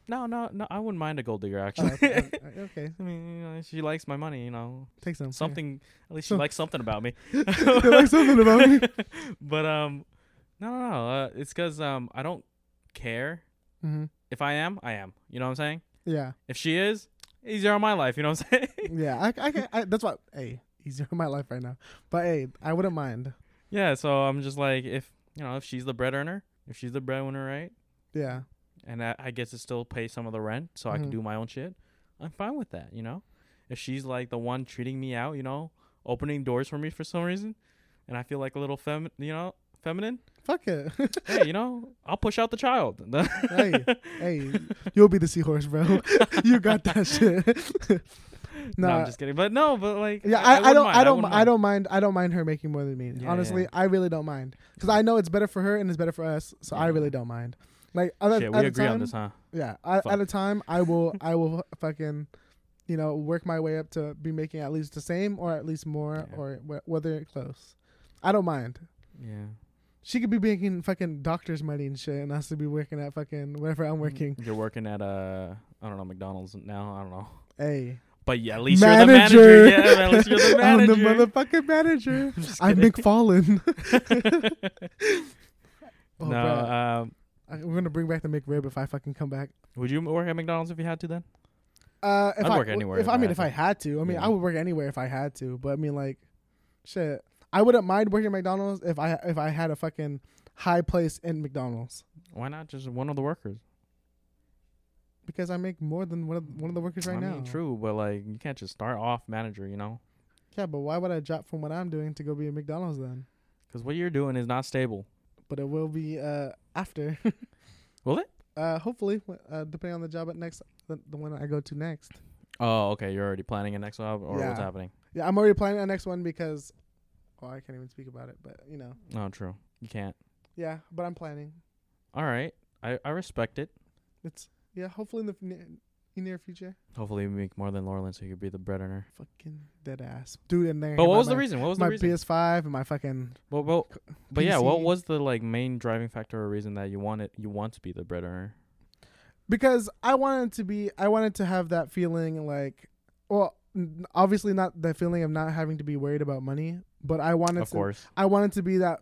[SPEAKER 1] No, no, no. I wouldn't mind a gold digger
[SPEAKER 2] Oh,
[SPEAKER 1] actually.
[SPEAKER 2] okay. uh, okay.
[SPEAKER 1] I mean, you know, she likes my money. You know,
[SPEAKER 2] Take some.
[SPEAKER 1] something. At least she
[SPEAKER 2] So-
[SPEAKER 1] likes something about
[SPEAKER 2] [laughs]
[SPEAKER 1] me.
[SPEAKER 2] they like something about
[SPEAKER 1] [laughs]
[SPEAKER 2] me.
[SPEAKER 1] But um, no, no, no. Uh, it's because um, I don't care.
[SPEAKER 2] hmm
[SPEAKER 1] If I am, I am. You know what I'm saying?
[SPEAKER 2] Yeah.
[SPEAKER 1] If she is, easier on my life. You know what I'm [laughs] saying?
[SPEAKER 2] Yeah. I, I, can- I, that's why. Hey, easier [laughs] in my life right now. But hey, I wouldn't mind.
[SPEAKER 1] Yeah, so I'm just like, if you know, if she's the bread earner, if she's the breadwinner, right,
[SPEAKER 2] Yeah.
[SPEAKER 1] and I, I get to still pay some of the rent, so I can
[SPEAKER 2] Mhm.
[SPEAKER 1] do my own shit, I'm fine with that, you know. If she's like the one treating me out, you know, opening doors for me for some reason, and I feel like a little fem, you know, feminine,
[SPEAKER 2] Fuck it. [laughs]
[SPEAKER 1] hey, you know, I'll push out the child. [laughs]
[SPEAKER 2] hey, hey, you'll be the seahorse, bro. [laughs] you got that [laughs] shit.
[SPEAKER 1] no,
[SPEAKER 2] Nah.
[SPEAKER 1] I'm just kidding, but no, but like,
[SPEAKER 2] Yeah, I, I,
[SPEAKER 1] wouldn't
[SPEAKER 2] don't,
[SPEAKER 1] mind,
[SPEAKER 2] I don't,
[SPEAKER 1] wouldn't
[SPEAKER 2] I don't mind, I don't mind her making more than me.
[SPEAKER 1] Yeah,
[SPEAKER 2] Honestly,
[SPEAKER 1] yeah.
[SPEAKER 2] I really don't mind because I know it's better for her and it's better for us. So I
[SPEAKER 1] Yeah.
[SPEAKER 2] really don't mind. Like other,
[SPEAKER 1] Shit,
[SPEAKER 2] at
[SPEAKER 1] we
[SPEAKER 2] a
[SPEAKER 1] agree
[SPEAKER 2] time,
[SPEAKER 1] on this, huh?
[SPEAKER 2] Yeah, I,
[SPEAKER 1] Fuck.
[SPEAKER 2] at a time, I will, I will [laughs] fucking, you know, work my way up to be making at least the same or at least more
[SPEAKER 1] Yeah.
[SPEAKER 2] or wh- whether close. I don't mind.
[SPEAKER 1] Yeah,
[SPEAKER 2] She could be making fucking doctor's money and shit, and us to be working at fucking whatever
[SPEAKER 1] Mm.
[SPEAKER 2] I'm working.
[SPEAKER 1] You're working at uh, I don't know, McDonald's now. I don't know.
[SPEAKER 2] Hey,
[SPEAKER 1] But yeah, at least you're the manager. Yeah, at least you're
[SPEAKER 2] [laughs]
[SPEAKER 1] the manager.
[SPEAKER 2] I'm the
[SPEAKER 1] [laughs]
[SPEAKER 2] motherfucking manager.
[SPEAKER 1] I'm just
[SPEAKER 2] I'm
[SPEAKER 1] kidding.
[SPEAKER 2] McFallen.
[SPEAKER 1] [laughs]
[SPEAKER 2] [laughs] oh,
[SPEAKER 1] no,
[SPEAKER 2] Brad,
[SPEAKER 1] um,
[SPEAKER 2] I- we're gonna bring back the McRib if I fucking come back.
[SPEAKER 1] would you work at McDonald's if you had to? Then
[SPEAKER 2] Uh, if
[SPEAKER 1] I'd
[SPEAKER 2] I,
[SPEAKER 1] work anywhere
[SPEAKER 2] If,
[SPEAKER 1] if
[SPEAKER 2] I
[SPEAKER 1] I
[SPEAKER 2] mean,
[SPEAKER 1] had
[SPEAKER 2] if
[SPEAKER 1] to.
[SPEAKER 2] I had to, I mean,
[SPEAKER 1] Yeah.
[SPEAKER 2] I would work anywhere if I had to. But I mean, like, shit, I wouldn't mind working at McDonald's if I if I had a fucking high place in McDonald's
[SPEAKER 1] why not just one of the workers?
[SPEAKER 2] because I make more than one of one of the workers right
[SPEAKER 1] I
[SPEAKER 2] now.
[SPEAKER 1] mean, true, but like you can't just start off manager, you know?
[SPEAKER 2] Yeah, but why would I drop from what I'm doing to go be at McDonald's then?
[SPEAKER 1] Because what you're doing is not stable.
[SPEAKER 2] But it will be uh after.
[SPEAKER 1] [laughs] Will it?
[SPEAKER 2] [laughs] Uh, hopefully, wh- uh, depending on the job at next, the, the one I go to next.
[SPEAKER 1] Oh, okay. You're already planning a next job, or what's
[SPEAKER 2] Yeah.
[SPEAKER 1] happening?
[SPEAKER 2] Yeah, I'm already planning the next one because, oh, I can't even speak about it. But you know,
[SPEAKER 1] No, Oh, true. You can't.
[SPEAKER 2] yeah, but I'm planning.
[SPEAKER 1] All right, I I respect it.
[SPEAKER 2] It's yeah, hopefully in the f- near, near future.
[SPEAKER 1] Hopefully, we make more than Lauren, so you could be the bread earner.
[SPEAKER 2] Fucking dead ass dude in there.
[SPEAKER 1] But what
[SPEAKER 2] my-
[SPEAKER 1] was the
[SPEAKER 2] my-
[SPEAKER 1] reason? What was the
[SPEAKER 2] My
[SPEAKER 1] reason?
[SPEAKER 2] PS5 and my fucking
[SPEAKER 1] Well, well, but yeah, what
[SPEAKER 2] PC.
[SPEAKER 1] was the like main driving factor or reason that you wanted you want to be the bread earner?
[SPEAKER 2] because I wanted to be I wanted to have that feeling like well n- obviously not the feeling of not having to be worried about money, but I wanted
[SPEAKER 1] of
[SPEAKER 2] to
[SPEAKER 1] course.
[SPEAKER 2] I wanted to be that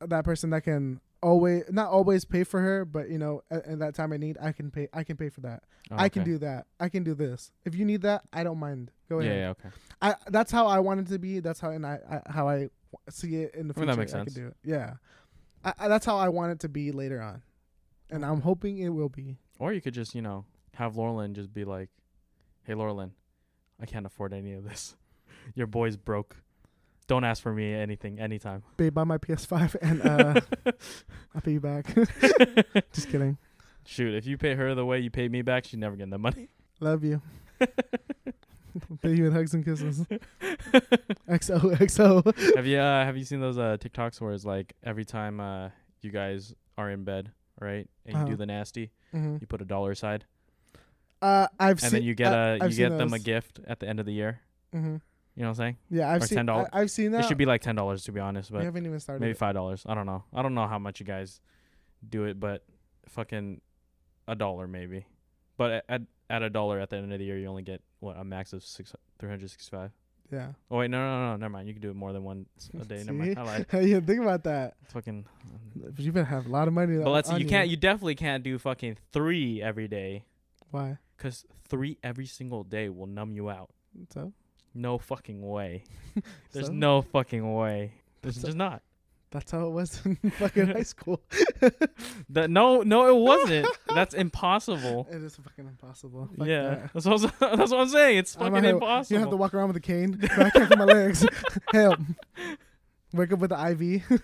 [SPEAKER 2] that person that can always not always pay for her, but you know, at, at that time I need I can pay I can pay for that.
[SPEAKER 1] Oh,
[SPEAKER 2] I can
[SPEAKER 1] okay.
[SPEAKER 2] do that. I can do this. If you need that, I don't mind. Go ahead.
[SPEAKER 1] Yeah, yeah, okay.
[SPEAKER 2] I that's how I want it to be. That's how and I, I how I w- see it in the
[SPEAKER 1] I mean,
[SPEAKER 2] future.
[SPEAKER 1] that makes
[SPEAKER 2] I could
[SPEAKER 1] sense.
[SPEAKER 2] do it. Yeah, I, I, that's how I want it to be later on, and I'm hoping it will be.
[SPEAKER 1] Or you could just, you know, have Laurelyn just be like, "Hey, Laurelyn, I can't afford any of this. [laughs] Your boy's broke. Don't ask for me anything anytime." [laughs]
[SPEAKER 2] Babe, buy my PS5 [laughs] and uh, I'll pay you back. [laughs] Just kidding.
[SPEAKER 1] Shoot, if you pay her the way you paid me back, she'd never get that money. [laughs]
[SPEAKER 2] Love you. [laughs] pay you in hugs and kisses. [laughs] XO XO. [laughs]
[SPEAKER 1] have you uh, have you seen those uh, TikToks where it's like every time uh, you guys are in bed, right, and you
[SPEAKER 2] Uh-huh.
[SPEAKER 1] do the nasty,
[SPEAKER 2] Mhm.
[SPEAKER 1] you put a dollar aside,
[SPEAKER 2] Uh, I've
[SPEAKER 1] and
[SPEAKER 2] seen.
[SPEAKER 1] then you get
[SPEAKER 2] uh,
[SPEAKER 1] a you get them a gift at the end of the year.
[SPEAKER 2] hmm
[SPEAKER 1] You know what I'm saying?
[SPEAKER 2] Yeah, I've
[SPEAKER 1] Or
[SPEAKER 2] seen. I,
[SPEAKER 1] $10.
[SPEAKER 2] I've seen that.
[SPEAKER 1] It should be like ten dollars to be honest,
[SPEAKER 2] we
[SPEAKER 1] but
[SPEAKER 2] haven't even started.
[SPEAKER 1] maybe
[SPEAKER 2] it.
[SPEAKER 1] five dollars. I don't know. I don't know how much you guys do it, but fucking a dollar maybe. But a- at at a dollar at the end of the year, you only get what a max of six three hundred sixty five.
[SPEAKER 2] Yeah.
[SPEAKER 1] Oh wait, no, no, no, never mind. You can do it more than once a
[SPEAKER 2] [laughs]
[SPEAKER 1] day. never mind. I lied.
[SPEAKER 2] you didn't think about that.
[SPEAKER 1] Fucking.
[SPEAKER 2] But you better have a lot of money.
[SPEAKER 1] But let's see.
[SPEAKER 2] on
[SPEAKER 1] You can't. You definitely can't do fucking three every day,
[SPEAKER 2] Why?
[SPEAKER 1] cause three every single day will numb you out.
[SPEAKER 2] So.
[SPEAKER 1] No fucking
[SPEAKER 2] [laughs]
[SPEAKER 1] way. There's
[SPEAKER 2] so?
[SPEAKER 1] no fucking way. There's
[SPEAKER 2] So-
[SPEAKER 1] just not.
[SPEAKER 2] That's how it was [laughs] in fucking high
[SPEAKER 1] [laughs]
[SPEAKER 2] school.
[SPEAKER 1] That no, no, it
[SPEAKER 2] [laughs]
[SPEAKER 1] wasn't. That's impossible.
[SPEAKER 2] It is fucking impossible. Fuck
[SPEAKER 1] yeah,
[SPEAKER 2] that.
[SPEAKER 1] that's what, I'm, [laughs] that's what I'm saying. It's
[SPEAKER 2] I'm
[SPEAKER 1] fucking
[SPEAKER 2] out here-
[SPEAKER 1] impossible.
[SPEAKER 2] You have to walk around with a cane. I can't feel
[SPEAKER 1] [laughs]
[SPEAKER 2] my legs. [laughs] Help. Wake up with the IV.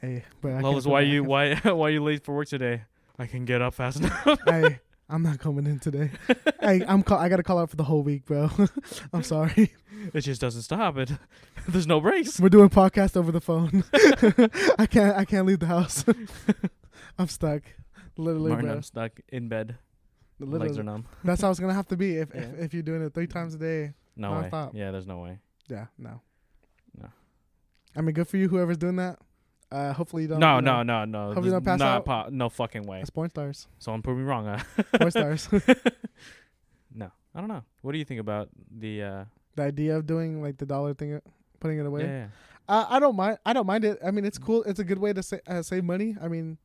[SPEAKER 2] hey, but I can't
[SPEAKER 1] Lois,
[SPEAKER 2] feel
[SPEAKER 1] why
[SPEAKER 2] my-
[SPEAKER 1] you why [laughs] why you late for work today? I can get up fast [laughs] enough.
[SPEAKER 2] [laughs] Hey, I'm not coming in today. hey, I'm call. I gotta call out for the whole week, bro. [laughs] I'm sorry.
[SPEAKER 1] [laughs]
[SPEAKER 2] [laughs]
[SPEAKER 1] It just doesn't stop. It [laughs] there's no breaks.
[SPEAKER 2] We're doing podcast over the phone. [laughs] I can't. I can't leave the house. [laughs] I'm stuck. [laughs] Literally,
[SPEAKER 1] Martin,
[SPEAKER 2] bro.
[SPEAKER 1] I'm stuck in bed. My
[SPEAKER 2] Literally,
[SPEAKER 1] legs are numb.
[SPEAKER 2] that's how it's gonna have to be if, if
[SPEAKER 1] Yeah.
[SPEAKER 2] if you're doing it three times a day.
[SPEAKER 1] No way.
[SPEAKER 2] Nonstop.
[SPEAKER 1] Yeah, there's no way.
[SPEAKER 2] Yeah, no.
[SPEAKER 1] No.
[SPEAKER 2] I mean, good for you, whoever's doing that. Uh, hopefully you don't.
[SPEAKER 1] No,
[SPEAKER 2] you know,
[SPEAKER 1] no, no, no.
[SPEAKER 2] Hope you
[SPEAKER 1] There's
[SPEAKER 2] don't pass
[SPEAKER 1] not
[SPEAKER 2] out.
[SPEAKER 1] po- no fucking way.
[SPEAKER 2] That's porn stars.
[SPEAKER 1] Someone prove me wrong. Huh?
[SPEAKER 2] Porn stars.
[SPEAKER 1] [laughs]
[SPEAKER 2] [laughs]
[SPEAKER 1] No, I don't know. What do you think about the? Uh,
[SPEAKER 2] the idea of doing like the dollar thing, uh, putting it
[SPEAKER 1] yeah,
[SPEAKER 2] away.
[SPEAKER 1] yeah,
[SPEAKER 2] Uh, I don't mind. I don't mind it. I mean, it's cool. It's a good way to sa- uh, save money. I mean,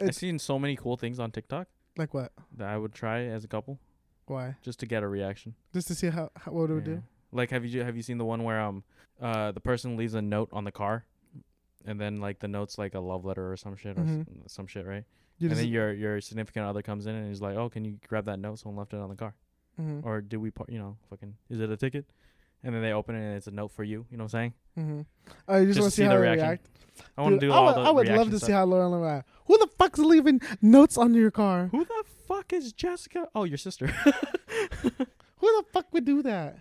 [SPEAKER 1] I've
[SPEAKER 2] It's-
[SPEAKER 1] seen so many cool things on TikTok
[SPEAKER 2] like what?
[SPEAKER 1] that I would try as a couple
[SPEAKER 2] Why?
[SPEAKER 1] just to get a reaction.
[SPEAKER 2] Just to see how, how what it would
[SPEAKER 1] Yeah.
[SPEAKER 2] do.
[SPEAKER 1] Like, have you have you seen the one where um, uh, the person leaves a note on the car, and then like the note's like a love letter or some shit or s- some shit, right?
[SPEAKER 2] Mm-hmm. You
[SPEAKER 1] and
[SPEAKER 2] just,
[SPEAKER 1] then your your significant other comes in and he's like, "Oh, can you grab that note? Someone left it on the car,
[SPEAKER 2] mm-hmm,
[SPEAKER 1] or did we part? You know, fucking is it a ticket?" And then they open it and it's a note for you. You know what I'm saying?
[SPEAKER 2] mm-hmm. Oh, you just,
[SPEAKER 1] just to
[SPEAKER 2] want to see
[SPEAKER 1] see
[SPEAKER 2] how
[SPEAKER 1] their
[SPEAKER 2] they
[SPEAKER 1] reaction.
[SPEAKER 2] react.
[SPEAKER 1] I want to
[SPEAKER 2] Dude,
[SPEAKER 1] do
[SPEAKER 2] I
[SPEAKER 1] all
[SPEAKER 2] would,
[SPEAKER 1] the.
[SPEAKER 2] I would love
[SPEAKER 1] reaction
[SPEAKER 2] to see
[SPEAKER 1] stuff.
[SPEAKER 2] how Lauren will react. Who the fuck's leaving notes on your car?
[SPEAKER 1] Who the fuck is Jessica? Oh, your sister. [laughs]
[SPEAKER 2] Who the fuck would do that?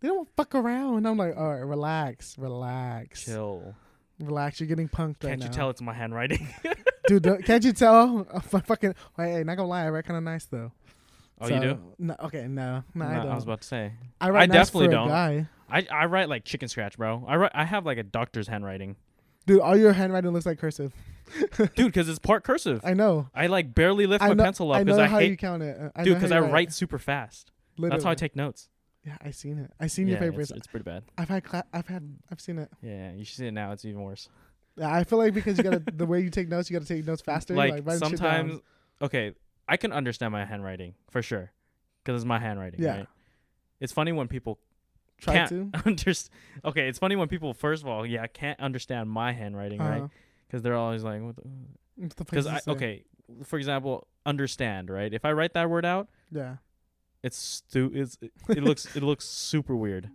[SPEAKER 2] They don't fuck around. I'm like, all right, relax, relax,
[SPEAKER 1] Chill.
[SPEAKER 2] relax. You're getting punked right
[SPEAKER 1] Can't
[SPEAKER 2] now.
[SPEAKER 1] you tell it's my handwriting? [laughs]
[SPEAKER 2] dude? don't- Can't you tell? [laughs] I'm fucking. Hey, hey, not gonna lie, I write kind of nice though.
[SPEAKER 1] oh, you do?
[SPEAKER 2] No, okay, no, no, I
[SPEAKER 1] Nah,
[SPEAKER 2] don't.
[SPEAKER 1] I was about to say.
[SPEAKER 2] I,
[SPEAKER 1] I
[SPEAKER 2] write nice
[SPEAKER 1] definitely
[SPEAKER 2] for
[SPEAKER 1] don't.
[SPEAKER 2] A guy.
[SPEAKER 1] I I write like chicken scratch, bro. I write. I have like a doctor's handwriting,
[SPEAKER 2] Dude, all your handwriting looks like cursive.
[SPEAKER 1] dude, because it's part cursive.
[SPEAKER 2] I know.
[SPEAKER 1] I like barely lift
[SPEAKER 2] I
[SPEAKER 1] my
[SPEAKER 2] know-
[SPEAKER 1] pencil
[SPEAKER 2] I
[SPEAKER 1] up because
[SPEAKER 2] know
[SPEAKER 1] I,
[SPEAKER 2] how you
[SPEAKER 1] hate,
[SPEAKER 2] count it. Uh, I
[SPEAKER 1] dude,
[SPEAKER 2] know how
[SPEAKER 1] because
[SPEAKER 2] you
[SPEAKER 1] I
[SPEAKER 2] write.
[SPEAKER 1] write super fast. That's how I
[SPEAKER 2] Literally.
[SPEAKER 1] take notes.
[SPEAKER 2] Yeah, I seen it. I seen
[SPEAKER 1] yeah,
[SPEAKER 2] your papers.
[SPEAKER 1] It's, it's pretty bad.
[SPEAKER 2] I've had. Cla- I've had. I've seen it.
[SPEAKER 1] Yeah, you should see it now. It's even worse.
[SPEAKER 2] Yeah, I feel like because you gotta [laughs] the way you take notes, you gotta take notes faster.
[SPEAKER 1] like
[SPEAKER 2] writing shit down.
[SPEAKER 1] sometimes, okay, I can understand my handwriting for sure because it's my handwriting.
[SPEAKER 2] Yeah.
[SPEAKER 1] right? It's funny when people
[SPEAKER 2] try
[SPEAKER 1] can't [laughs]
[SPEAKER 2] to.
[SPEAKER 1] understand. Okay, it's funny when people first of all, yeah, can't understand my handwriting, right?
[SPEAKER 2] Uh,
[SPEAKER 1] Because they're always like,
[SPEAKER 2] what the fuck
[SPEAKER 1] because
[SPEAKER 2] does
[SPEAKER 1] I
[SPEAKER 2] it say?
[SPEAKER 1] okay, for example, understand, right? If I write that word out,
[SPEAKER 2] Yeah,
[SPEAKER 1] it's stu- it's it,
[SPEAKER 2] [laughs]
[SPEAKER 1] it looks it looks super weird.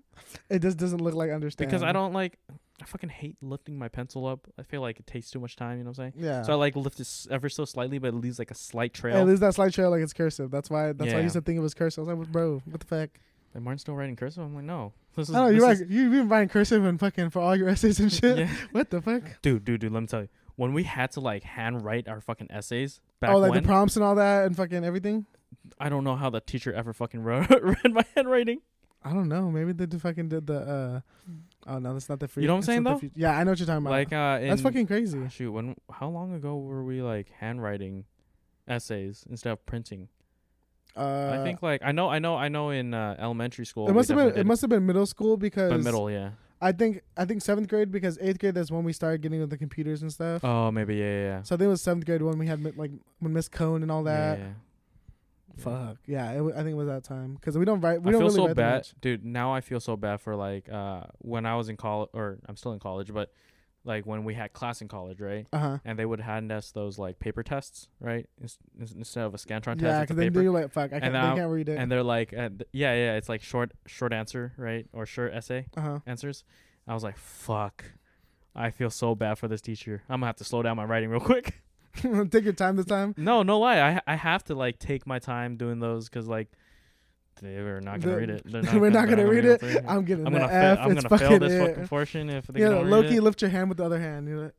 [SPEAKER 2] it just doesn't look like understand
[SPEAKER 1] because I don't like. I fucking hate lifting my pencil up. I feel like it takes too much time. You know what I'm saying?
[SPEAKER 2] Yeah.
[SPEAKER 1] So I like lift it s- ever so slightly, but it leaves like a slight trail.
[SPEAKER 2] At least that slide trail like it's cursive. That's why. That's why I
[SPEAKER 1] Yeah.
[SPEAKER 2] used to think it was cursive. I was like, bro, what the fuck?
[SPEAKER 1] and Martin's still writing cursive. I'm like, no. [laughs] This
[SPEAKER 2] I
[SPEAKER 1] is,
[SPEAKER 2] don't know. Oh, You're
[SPEAKER 1] this
[SPEAKER 2] right. You've been writing cursive and fucking for all your [laughs] essays and
[SPEAKER 1] is- [laughs]
[SPEAKER 2] shit.
[SPEAKER 1] yeah.
[SPEAKER 2] What the fuck?
[SPEAKER 1] dude, dude, dude. Let me tell you, when we had to like handwrite our fucking essays back
[SPEAKER 2] oh, like
[SPEAKER 1] when,
[SPEAKER 2] the prompts and all that and fucking everything.
[SPEAKER 1] I don't know how the teacher ever fucking [laughs] wrote, read my handwriting.
[SPEAKER 2] I don't know. Maybe they just fucking did the. uh Oh no, that's not the free.
[SPEAKER 1] You know what I'm saying,
[SPEAKER 2] that's not the
[SPEAKER 1] though?
[SPEAKER 2] fut- yeah, I know what you're talking about.
[SPEAKER 1] Like, uh, in,
[SPEAKER 2] that's
[SPEAKER 1] [sighs]
[SPEAKER 2] fucking crazy.
[SPEAKER 1] shoot. When how long ago were we like handwriting essays instead of printing?
[SPEAKER 2] Uh,
[SPEAKER 1] I think like I know, I know, I know. In uh, elementary school,
[SPEAKER 2] it
[SPEAKER 1] we
[SPEAKER 2] must have been.
[SPEAKER 1] definitely
[SPEAKER 2] It
[SPEAKER 1] did,
[SPEAKER 2] must have been middle school because
[SPEAKER 1] but middle, yeah.
[SPEAKER 2] I think I think seventh grade because eighth grade that's when we started getting with the computers and stuff.
[SPEAKER 1] Oh, maybe yeah, yeah, yeah.
[SPEAKER 2] So I think it was seventh grade when we had mi- like when Miss Cone and all that.
[SPEAKER 1] Yeah, yeah, yeah.
[SPEAKER 2] Fuck yeah, it w- I think it was that time because we don't write. We
[SPEAKER 1] I
[SPEAKER 2] don't
[SPEAKER 1] feel
[SPEAKER 2] really
[SPEAKER 1] so
[SPEAKER 2] write that
[SPEAKER 1] bad,
[SPEAKER 2] much.
[SPEAKER 1] dude. Now I feel so bad for like uh when I was in college, or I'm still in college, but like when we had class in college, right?
[SPEAKER 2] Uh huh.
[SPEAKER 1] And they would hand us those like paper tests, right? Ins- ins- instead of a scantron test,
[SPEAKER 2] Yeah,
[SPEAKER 1] it's a
[SPEAKER 2] because then
[SPEAKER 1] paper.
[SPEAKER 2] you're like, fuck, I can't,
[SPEAKER 1] now-
[SPEAKER 2] they can't read it.
[SPEAKER 1] And they're like, uh, th- yeah, yeah, it's like short, short answer, right? Or short essay
[SPEAKER 2] Uh huh.
[SPEAKER 1] answers. I was like, fuck. I feel so bad for this teacher. I'm gonna have to slow down my writing real [laughs] quick.
[SPEAKER 2] [laughs] Take your time
[SPEAKER 1] [laughs]
[SPEAKER 2] this time.
[SPEAKER 1] No, no lie. I I have to like take my time doing those because like they were not gonna
[SPEAKER 2] The-
[SPEAKER 1] read it.
[SPEAKER 2] [laughs]
[SPEAKER 1] They're not
[SPEAKER 2] We're not
[SPEAKER 1] they're
[SPEAKER 2] gonna read
[SPEAKER 1] be able
[SPEAKER 2] it.
[SPEAKER 1] to read
[SPEAKER 2] I'm getting
[SPEAKER 1] I'm
[SPEAKER 2] the
[SPEAKER 1] gonna fail.
[SPEAKER 2] F.
[SPEAKER 1] I'm
[SPEAKER 2] it's
[SPEAKER 1] gonna fail
[SPEAKER 2] fucking
[SPEAKER 1] this
[SPEAKER 2] it.
[SPEAKER 1] fucking portion if they
[SPEAKER 2] Yeah,
[SPEAKER 1] don't read
[SPEAKER 2] Loki,
[SPEAKER 1] it.
[SPEAKER 2] lift your hand with the other hand.
[SPEAKER 1] [laughs]
[SPEAKER 2] You're like,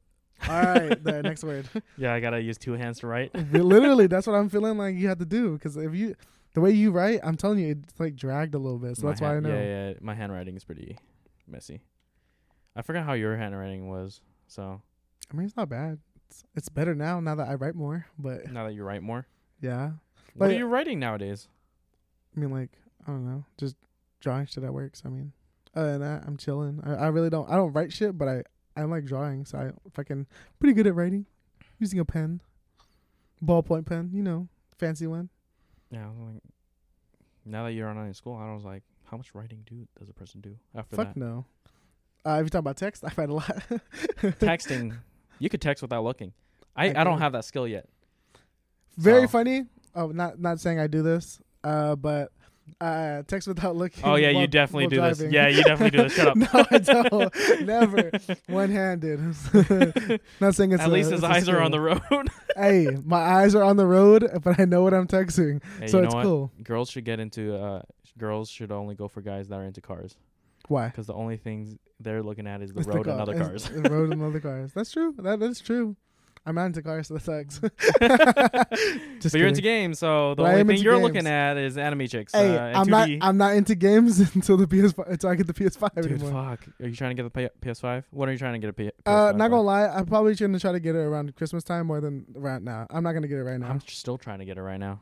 [SPEAKER 2] all right, there, next word.
[SPEAKER 1] Yeah, I gotta use two hands to write.
[SPEAKER 2] Literally, that's what I'm feeling like you have to do because if you, the way you write, I'm telling you, it's like dragged a little bit. So
[SPEAKER 1] My
[SPEAKER 2] that's why I
[SPEAKER 1] hand-
[SPEAKER 2] know.
[SPEAKER 1] Yeah, yeah. My handwriting is pretty messy. I forgot how your handwriting was. So
[SPEAKER 2] I mean, it's not bad. It's, it's better now, now that I write more. But
[SPEAKER 1] now that you write more,
[SPEAKER 2] yeah,
[SPEAKER 1] what
[SPEAKER 2] Like-
[SPEAKER 1] are you writing nowadays?
[SPEAKER 2] I mean, like, I don't know, just drawing shit at work. So I mean, Other than that, I'm chilling. I, I really don't. I don't write shit, but I I like drawing, so I fucking pretty good at writing, using a pen, ballpoint pen, you know, fancy one.
[SPEAKER 1] Yeah, I was like, now that you're not in school, I was like, how much writing do does a person do after
[SPEAKER 2] Fuck
[SPEAKER 1] that?
[SPEAKER 2] no. Uh, if you talk about text, [laughs] I write a lot.
[SPEAKER 1] Texting, you could text without looking. I,
[SPEAKER 2] I
[SPEAKER 1] I, don't
[SPEAKER 2] do.
[SPEAKER 1] have that skill
[SPEAKER 2] [laughs]
[SPEAKER 1] yet.
[SPEAKER 2] Very
[SPEAKER 1] Oh.
[SPEAKER 2] funny. Oh, not not saying I do this, uh, but uh, text without looking.
[SPEAKER 1] Oh yeah,
[SPEAKER 2] while-
[SPEAKER 1] you definitely
[SPEAKER 2] while
[SPEAKER 1] do
[SPEAKER 2] driving.
[SPEAKER 1] this. Yeah, you definitely do this.
[SPEAKER 2] [laughs]
[SPEAKER 1] Shut up.
[SPEAKER 2] no,
[SPEAKER 1] [laughs]
[SPEAKER 2] I don't. Never. One handed. [laughs] not saying it's
[SPEAKER 1] At
[SPEAKER 2] a-
[SPEAKER 1] least his
[SPEAKER 2] it's a
[SPEAKER 1] eyes are on the
[SPEAKER 2] skill.
[SPEAKER 1] road. [laughs]
[SPEAKER 2] hey, my eyes are on the road, but I know what I'm texting,
[SPEAKER 1] Hey,
[SPEAKER 2] so
[SPEAKER 1] you know
[SPEAKER 2] it's
[SPEAKER 1] what?
[SPEAKER 2] cool.
[SPEAKER 1] Girls should get into. Uh, girls should only go for guys that are into cars
[SPEAKER 2] Why?
[SPEAKER 1] because the only things they're looking at is the
[SPEAKER 2] It's
[SPEAKER 1] road
[SPEAKER 2] car-
[SPEAKER 1] and other
[SPEAKER 2] it's
[SPEAKER 1] cars. [laughs]
[SPEAKER 2] the road and other cars. That's true. That that's true. I'm not into cars, so that sucks. [laughs] Just
[SPEAKER 1] but you're
[SPEAKER 2] kidding.
[SPEAKER 1] into games, so the
[SPEAKER 2] But I am
[SPEAKER 1] only
[SPEAKER 2] into
[SPEAKER 1] thing you're
[SPEAKER 2] games.
[SPEAKER 1] looking at is anime chicks.
[SPEAKER 2] Hey,
[SPEAKER 1] uh, and
[SPEAKER 2] I'm
[SPEAKER 1] 2D.
[SPEAKER 2] not. I'm not into games [laughs] until the PS5. Until I get the PS5
[SPEAKER 1] Dude,
[SPEAKER 2] anymore.
[SPEAKER 1] fuck. Are you trying to get the P- PS5? When are you trying to get a P- PS5?
[SPEAKER 2] Uh, not gonna lie, I'm probably gonna try to get it around Christmas time more than right now. I'm not gonna get it right now.
[SPEAKER 1] I'm still trying to get it right now.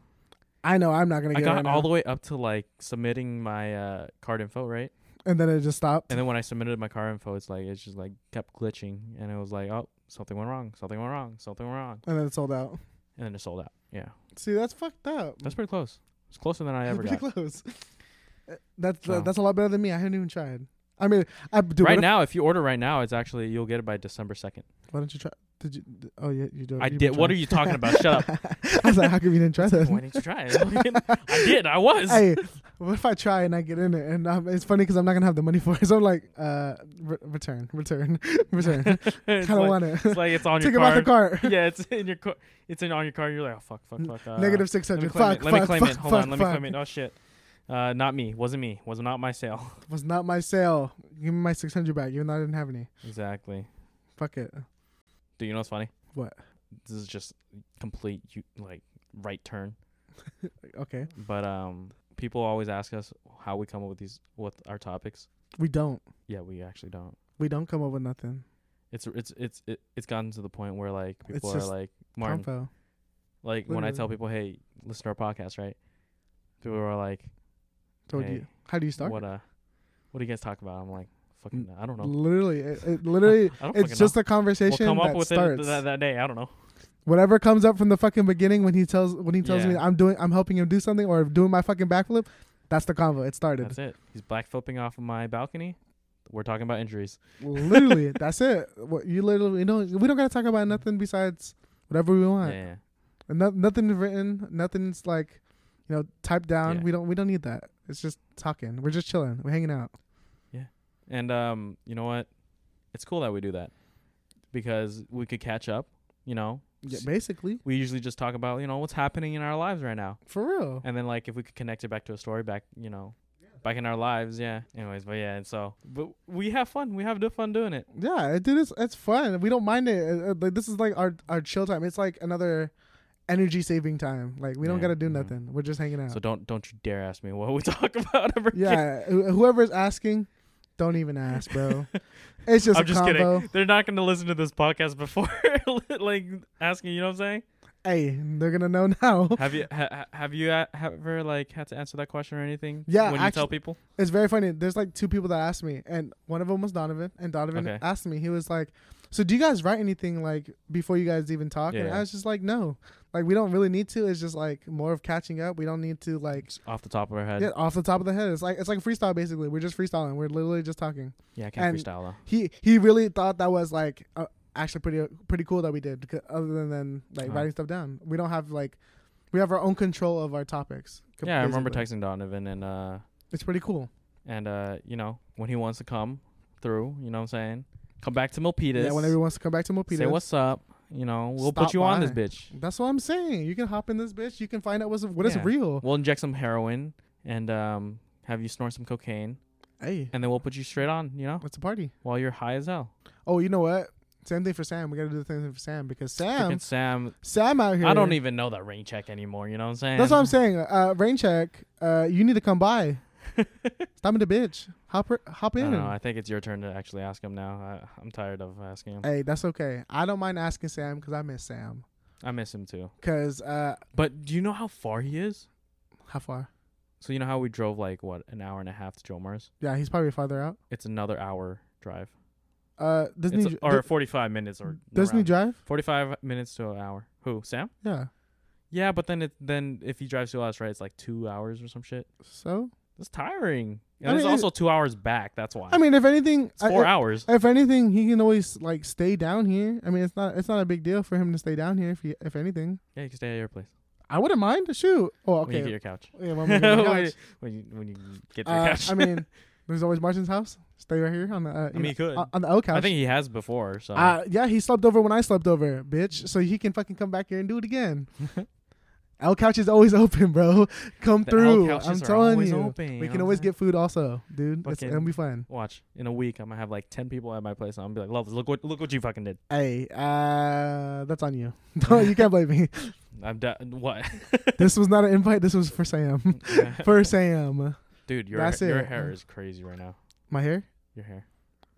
[SPEAKER 2] i know I'm not gonna
[SPEAKER 1] I
[SPEAKER 2] get
[SPEAKER 1] got
[SPEAKER 2] it right
[SPEAKER 1] all
[SPEAKER 2] now.
[SPEAKER 1] the way up to like submitting my uh, card info, right?
[SPEAKER 2] and then it just stopped.
[SPEAKER 1] And then when I submitted my card info, it's like it's just like kept glitching, and it was like, oh, something went wrong, something went wrong, something went wrong,
[SPEAKER 2] And then it sold out.
[SPEAKER 1] and then it sold out. Yeah,
[SPEAKER 2] See, that's fucked up.
[SPEAKER 1] that's pretty close. It's closer than I ever
[SPEAKER 2] [laughs] pretty
[SPEAKER 1] got.
[SPEAKER 2] close. Uh, That's
[SPEAKER 1] So.
[SPEAKER 2] that's a lot better than me. I haven't even tried. I mean, I do.
[SPEAKER 1] right
[SPEAKER 2] what
[SPEAKER 1] now, if you order right now, it's actually you'll get it by December second. [laughs]
[SPEAKER 2] If, why don't you try? Did you? d- Oh yeah, you do.
[SPEAKER 1] I did. What are you talking about? Shut up.
[SPEAKER 2] [laughs] I was like, how come you didn't try
[SPEAKER 1] Why
[SPEAKER 2] that?
[SPEAKER 1] didn't you try it? [laughs] I did. I was.
[SPEAKER 2] hey, what if I try and I get in it? And um, it's funny because I'm not gonna have the money for it. [laughs] So I'm like, uh, re- return, return, [laughs] return. kind
[SPEAKER 1] It's
[SPEAKER 2] of
[SPEAKER 1] like-
[SPEAKER 2] want it.
[SPEAKER 1] It's like it's
[SPEAKER 2] [laughs]
[SPEAKER 1] on
[SPEAKER 2] Take
[SPEAKER 1] your
[SPEAKER 2] it off the
[SPEAKER 1] card. [laughs]
[SPEAKER 2] cart.
[SPEAKER 1] yeah, it's in your car. It's in on your car. You're like, oh fuck, fuck,
[SPEAKER 2] N-
[SPEAKER 1] fuck. Uh,
[SPEAKER 2] Negative six
[SPEAKER 1] Let me
[SPEAKER 2] hundred.
[SPEAKER 1] claim
[SPEAKER 2] Fuck,
[SPEAKER 1] it. Let me
[SPEAKER 2] fuck,
[SPEAKER 1] claim
[SPEAKER 2] fuck,
[SPEAKER 1] it. Hold
[SPEAKER 2] fuck,
[SPEAKER 1] on. Let me
[SPEAKER 2] fuck.
[SPEAKER 1] claim it. Oh shit. Uh, not me. Wasn't me. Was not my sale. [laughs]
[SPEAKER 2] Was not my sale. Give me my six hundred back, even though I didn't have any.
[SPEAKER 1] Exactly.
[SPEAKER 2] Fuck it.
[SPEAKER 1] Do you know what's funny?
[SPEAKER 2] What?
[SPEAKER 1] This is just complete you like right turn.
[SPEAKER 2] Okay.
[SPEAKER 1] But um, people always ask us how we come up with these with our topics.
[SPEAKER 2] We don't.
[SPEAKER 1] Yeah, we actually don't.
[SPEAKER 2] We don't come up with nothing.
[SPEAKER 1] It's it's it's it, it's gotten to the point where like people are
[SPEAKER 2] just
[SPEAKER 1] like Martin.
[SPEAKER 2] Convo.
[SPEAKER 1] Like when I
[SPEAKER 2] literally.
[SPEAKER 1] tell people, hey, listen to our podcast, right? People are like,
[SPEAKER 2] Told
[SPEAKER 1] Hey,
[SPEAKER 2] you. How do you start?
[SPEAKER 1] what uh, what do you guys talk about? I'm like, fucking, I don't know.
[SPEAKER 2] Literally, it, it literally,
[SPEAKER 1] I don't
[SPEAKER 2] it's
[SPEAKER 1] fucking
[SPEAKER 2] just
[SPEAKER 1] know.
[SPEAKER 2] a conversation
[SPEAKER 1] we'll come
[SPEAKER 2] that
[SPEAKER 1] up with
[SPEAKER 2] starts.
[SPEAKER 1] it that, that day. I don't know.
[SPEAKER 2] Whatever comes up from the fucking beginning when he tells when he tells me
[SPEAKER 1] Yeah.
[SPEAKER 2] I'm doing I'm helping him do something or doing my fucking backflip, that's the convo. It started.
[SPEAKER 1] That's it. He's black flipping off of my balcony. We're talking about injuries.
[SPEAKER 2] [laughs] literally, that's it. What you literally, you know, we don't gotta talk about nothing besides whatever we
[SPEAKER 1] Yeah,
[SPEAKER 2] want.
[SPEAKER 1] yeah.
[SPEAKER 2] And no, nothing's written. Nothing's like, you know, typed down.
[SPEAKER 1] Yeah.
[SPEAKER 2] We don't. We don't need that. It's just talking. We're just chilling. We're hanging out.
[SPEAKER 1] And um, you know what? It's cool that we do that because we could catch up. You know,
[SPEAKER 2] Yeah,
[SPEAKER 1] S-
[SPEAKER 2] basically,
[SPEAKER 1] we usually just talk about you know what's happening in our lives right now,
[SPEAKER 2] for real.
[SPEAKER 1] and then like if we could connect it back to a story back, you know, back in our lives. Yeah. Anyways, but yeah, and so but we have fun. We have do- fun doing it.
[SPEAKER 2] Yeah, it, it is. It's fun. We don't mind it. Uh, uh, Like this is like our our chill time. It's like another energy saving time. Like we don't
[SPEAKER 1] Yeah,
[SPEAKER 2] gotta do
[SPEAKER 1] mhm.
[SPEAKER 2] nothing. We're just hanging out.
[SPEAKER 1] So [laughs] don't don't you dare ask me what we [laughs] talk about ever. again.
[SPEAKER 2] [laughs] yeah, wh- whoever's asking, don't even ask,
[SPEAKER 1] [laughs]
[SPEAKER 2] bro. it's just
[SPEAKER 1] I'm
[SPEAKER 2] a
[SPEAKER 1] just
[SPEAKER 2] combo.
[SPEAKER 1] kidding. They're not going to listen to this podcast before [laughs] like asking. You know what I'm saying?
[SPEAKER 2] Hey, they're gonna know [laughs] now.
[SPEAKER 1] have you ha, ha- have you uh, have ever like had to answer that question or anything?
[SPEAKER 2] Yeah,
[SPEAKER 1] when you tell
[SPEAKER 2] actu-
[SPEAKER 1] people.
[SPEAKER 2] It's very funny. There's like two people that asked me, and one of them was Donovan, and Donovan
[SPEAKER 1] Okay.
[SPEAKER 2] asked me. He was like, "So do you guys write anything like before you guys even talk?" And
[SPEAKER 1] Yeah.
[SPEAKER 2] I was just like, "No, like we don't really need to. It's just like more of catching up. We don't need to like."
[SPEAKER 1] Just off the top of our head.
[SPEAKER 2] Yeah, off the top of the head, it's like it's like freestyle. Basically, we're just freestyling. We're literally just talking.
[SPEAKER 1] Yeah, I can't
[SPEAKER 2] And-
[SPEAKER 1] freestyle though.
[SPEAKER 2] He he really thought that was like uh, actually pretty pretty cool that we did. Because other than, than like
[SPEAKER 1] Uh-huh.
[SPEAKER 2] writing stuff down, we don't have like we have our own control of our topics.
[SPEAKER 1] Yeah, I remember
[SPEAKER 2] basically.
[SPEAKER 1] texting Donovan and uh
[SPEAKER 2] It's pretty cool.
[SPEAKER 1] and uh you know when he wants to come through, you know what I'm saying? Come back to Milpitas.
[SPEAKER 2] Yeah, whenever he wants to come back to Milpitas.
[SPEAKER 1] say what's up. You know, we'll
[SPEAKER 2] Stop
[SPEAKER 1] put you on this
[SPEAKER 2] by.
[SPEAKER 1] bitch.
[SPEAKER 2] That's what I'm saying. You can hop in this bitch. You can find out what's what is
[SPEAKER 1] Yeah.
[SPEAKER 2] real.
[SPEAKER 1] We'll inject some heroin and um have you snort some cocaine
[SPEAKER 2] Hey,
[SPEAKER 1] and then we'll put you straight on. You know,
[SPEAKER 2] what's a party?
[SPEAKER 1] while you're high as hell.
[SPEAKER 2] Oh, you know what? Same thing for Sam. We gotta do the same thing for Sam because Sam,
[SPEAKER 1] Freaking Sam,
[SPEAKER 2] Sam out here.
[SPEAKER 1] I don't even know that rain check anymore. You know what I'm saying?
[SPEAKER 2] That's what
[SPEAKER 1] [laughs]
[SPEAKER 2] I'm saying. Uh, rain check. Uh, you need to come by. Stop in the bitch. Hop her, hop
[SPEAKER 1] I
[SPEAKER 2] in.
[SPEAKER 1] don't know. I think it's your turn to actually ask him now. I, I'm tired of asking him.
[SPEAKER 2] Hey, that's okay. I don't mind asking Sam because I miss Sam.
[SPEAKER 1] I miss him too.
[SPEAKER 2] Cause uh,
[SPEAKER 1] But do you know how far he is?
[SPEAKER 2] how far?
[SPEAKER 1] So you know how we drove like what an hour and a half to Jomar's?
[SPEAKER 2] Yeah, he's probably farther out.
[SPEAKER 1] It's another hour drive.
[SPEAKER 2] Uh, Disney
[SPEAKER 1] it's, or forty five minutes or
[SPEAKER 2] Disney Drive.
[SPEAKER 1] forty five minutes to an hour. Who Sam?
[SPEAKER 2] Yeah.
[SPEAKER 1] Yeah, but then it then if he drives to us, right, it's like two hours or some shit.
[SPEAKER 2] So
[SPEAKER 1] It's tiring.
[SPEAKER 2] I
[SPEAKER 1] And it's
[SPEAKER 2] mean, it-
[SPEAKER 1] also two hours back. That's why.
[SPEAKER 2] I mean, if anything,
[SPEAKER 1] it's
[SPEAKER 2] I,
[SPEAKER 1] four
[SPEAKER 2] I-
[SPEAKER 1] hours.
[SPEAKER 2] if anything, he can always like stay down here. I mean, it's not it's not a big deal for him to stay down here. If he, if anything,
[SPEAKER 1] yeah, you can stay at your place
[SPEAKER 2] I wouldn't mind. Shoot. Oh,
[SPEAKER 1] when you get
[SPEAKER 2] okay.
[SPEAKER 1] your couch.
[SPEAKER 2] Yeah,
[SPEAKER 1] [laughs]
[SPEAKER 2] when we
[SPEAKER 1] when,
[SPEAKER 2] get on the
[SPEAKER 1] you,
[SPEAKER 2] couch.
[SPEAKER 1] when you when you get to your
[SPEAKER 2] Uh,
[SPEAKER 1] couch.
[SPEAKER 2] I mean, there's always Martin's house. Stay right here on the uh,
[SPEAKER 1] [laughs] I mean, you could.
[SPEAKER 2] on- on the O couch.
[SPEAKER 1] I think he has before. So
[SPEAKER 2] Uh, yeah, he slept over when I slept over, bitch. So he can fucking come back here and do
[SPEAKER 1] [laughs]
[SPEAKER 2] it again. L couch is always [laughs] open, bro. Come
[SPEAKER 1] The L
[SPEAKER 2] through.
[SPEAKER 1] couches
[SPEAKER 2] I'm
[SPEAKER 1] are
[SPEAKER 2] telling
[SPEAKER 1] always
[SPEAKER 2] you,
[SPEAKER 1] open, you
[SPEAKER 2] we
[SPEAKER 1] know
[SPEAKER 2] can
[SPEAKER 1] what
[SPEAKER 2] always
[SPEAKER 1] I'm saying?
[SPEAKER 2] get food also, dude. It's
[SPEAKER 1] Fucking-
[SPEAKER 2] gonna
[SPEAKER 1] [laughs]
[SPEAKER 2] be fun.
[SPEAKER 1] Watch in a week, I'm gonna have like ten people at my place. and I'm gonna be like, "Love, look what look what you fucking did."
[SPEAKER 2] Hey, uh, that's
[SPEAKER 1] [laughs]
[SPEAKER 2] on you. [laughs] Don't- you can't blame me.
[SPEAKER 1] I'm da- [laughs] what,
[SPEAKER 2] This was not an invite. This was
[SPEAKER 1] [laughs]
[SPEAKER 2] for Sam. for Sam,
[SPEAKER 1] dude? Your
[SPEAKER 2] That's
[SPEAKER 1] your
[SPEAKER 2] it.
[SPEAKER 1] hair is crazy right now.
[SPEAKER 2] my hair,
[SPEAKER 1] Your hair.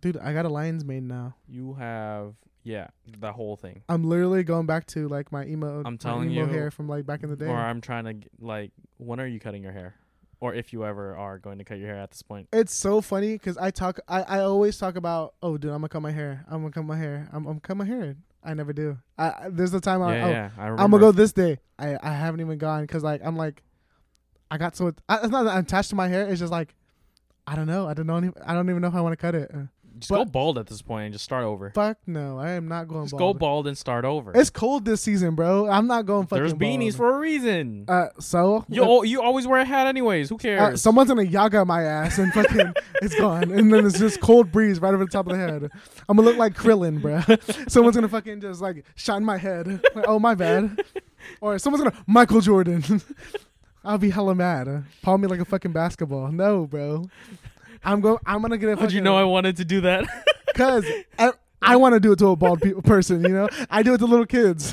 [SPEAKER 2] dude. I got a lion's mane now.
[SPEAKER 1] You have yeah, the whole thing.
[SPEAKER 2] I'm literally going back to like my emo.
[SPEAKER 1] I'm
[SPEAKER 2] my
[SPEAKER 1] telling
[SPEAKER 2] emo
[SPEAKER 1] you,
[SPEAKER 2] hair from like back in the day.
[SPEAKER 1] Or I'm trying to g- like, when are you cutting your hair? Or if you ever are going to cut your hair at this point,
[SPEAKER 2] It's so funny because I talk, I, I always talk about, oh, dude, I'm gonna cut my hair. I'm gonna cut my hair. I'm, I'm cut my hair. I never do. I, I there's the time I,
[SPEAKER 1] yeah,
[SPEAKER 2] oh,
[SPEAKER 1] yeah, I remember.
[SPEAKER 2] I'm gonna go this day. I, I haven't even gone because like I'm like, I got so I, it's not that I'm attached to my hair. It's just like, I don't know. I don't know. Any, I don't even know if I want to cut it. Uh,
[SPEAKER 1] Just go
[SPEAKER 2] but-
[SPEAKER 1] bald at this point and just start over.
[SPEAKER 2] fuck no, I am not going
[SPEAKER 1] Just
[SPEAKER 2] bald.
[SPEAKER 1] go bald and start over.
[SPEAKER 2] It's cold this season, bro. I'm not going fucking.
[SPEAKER 1] There's beanies
[SPEAKER 2] bald.
[SPEAKER 1] for a reason.
[SPEAKER 2] Uh, so
[SPEAKER 1] you al- you always wear a hat anyways. Who
[SPEAKER 2] uh,
[SPEAKER 1] cares?
[SPEAKER 2] someone's gonna yaga my ass
[SPEAKER 1] [laughs]
[SPEAKER 2] and fucking it's gone, and then it's just cold breeze right over the top of the head. I'm gonna look like Krillin, bro. [laughs] Someone's gonna fucking just like shine my head. Like, oh my bad. Or someone's gonna Michael Jordan. [laughs] I'll be hella mad. Palm me like a fucking basketball. No, bro. I'm going. I'm gonna get a.
[SPEAKER 1] How'd
[SPEAKER 2] Fucking,
[SPEAKER 1] you know I wanted to do that? [laughs]
[SPEAKER 2] Cause I, I want to do it to a bald pe- person. You know, I do it to little kids.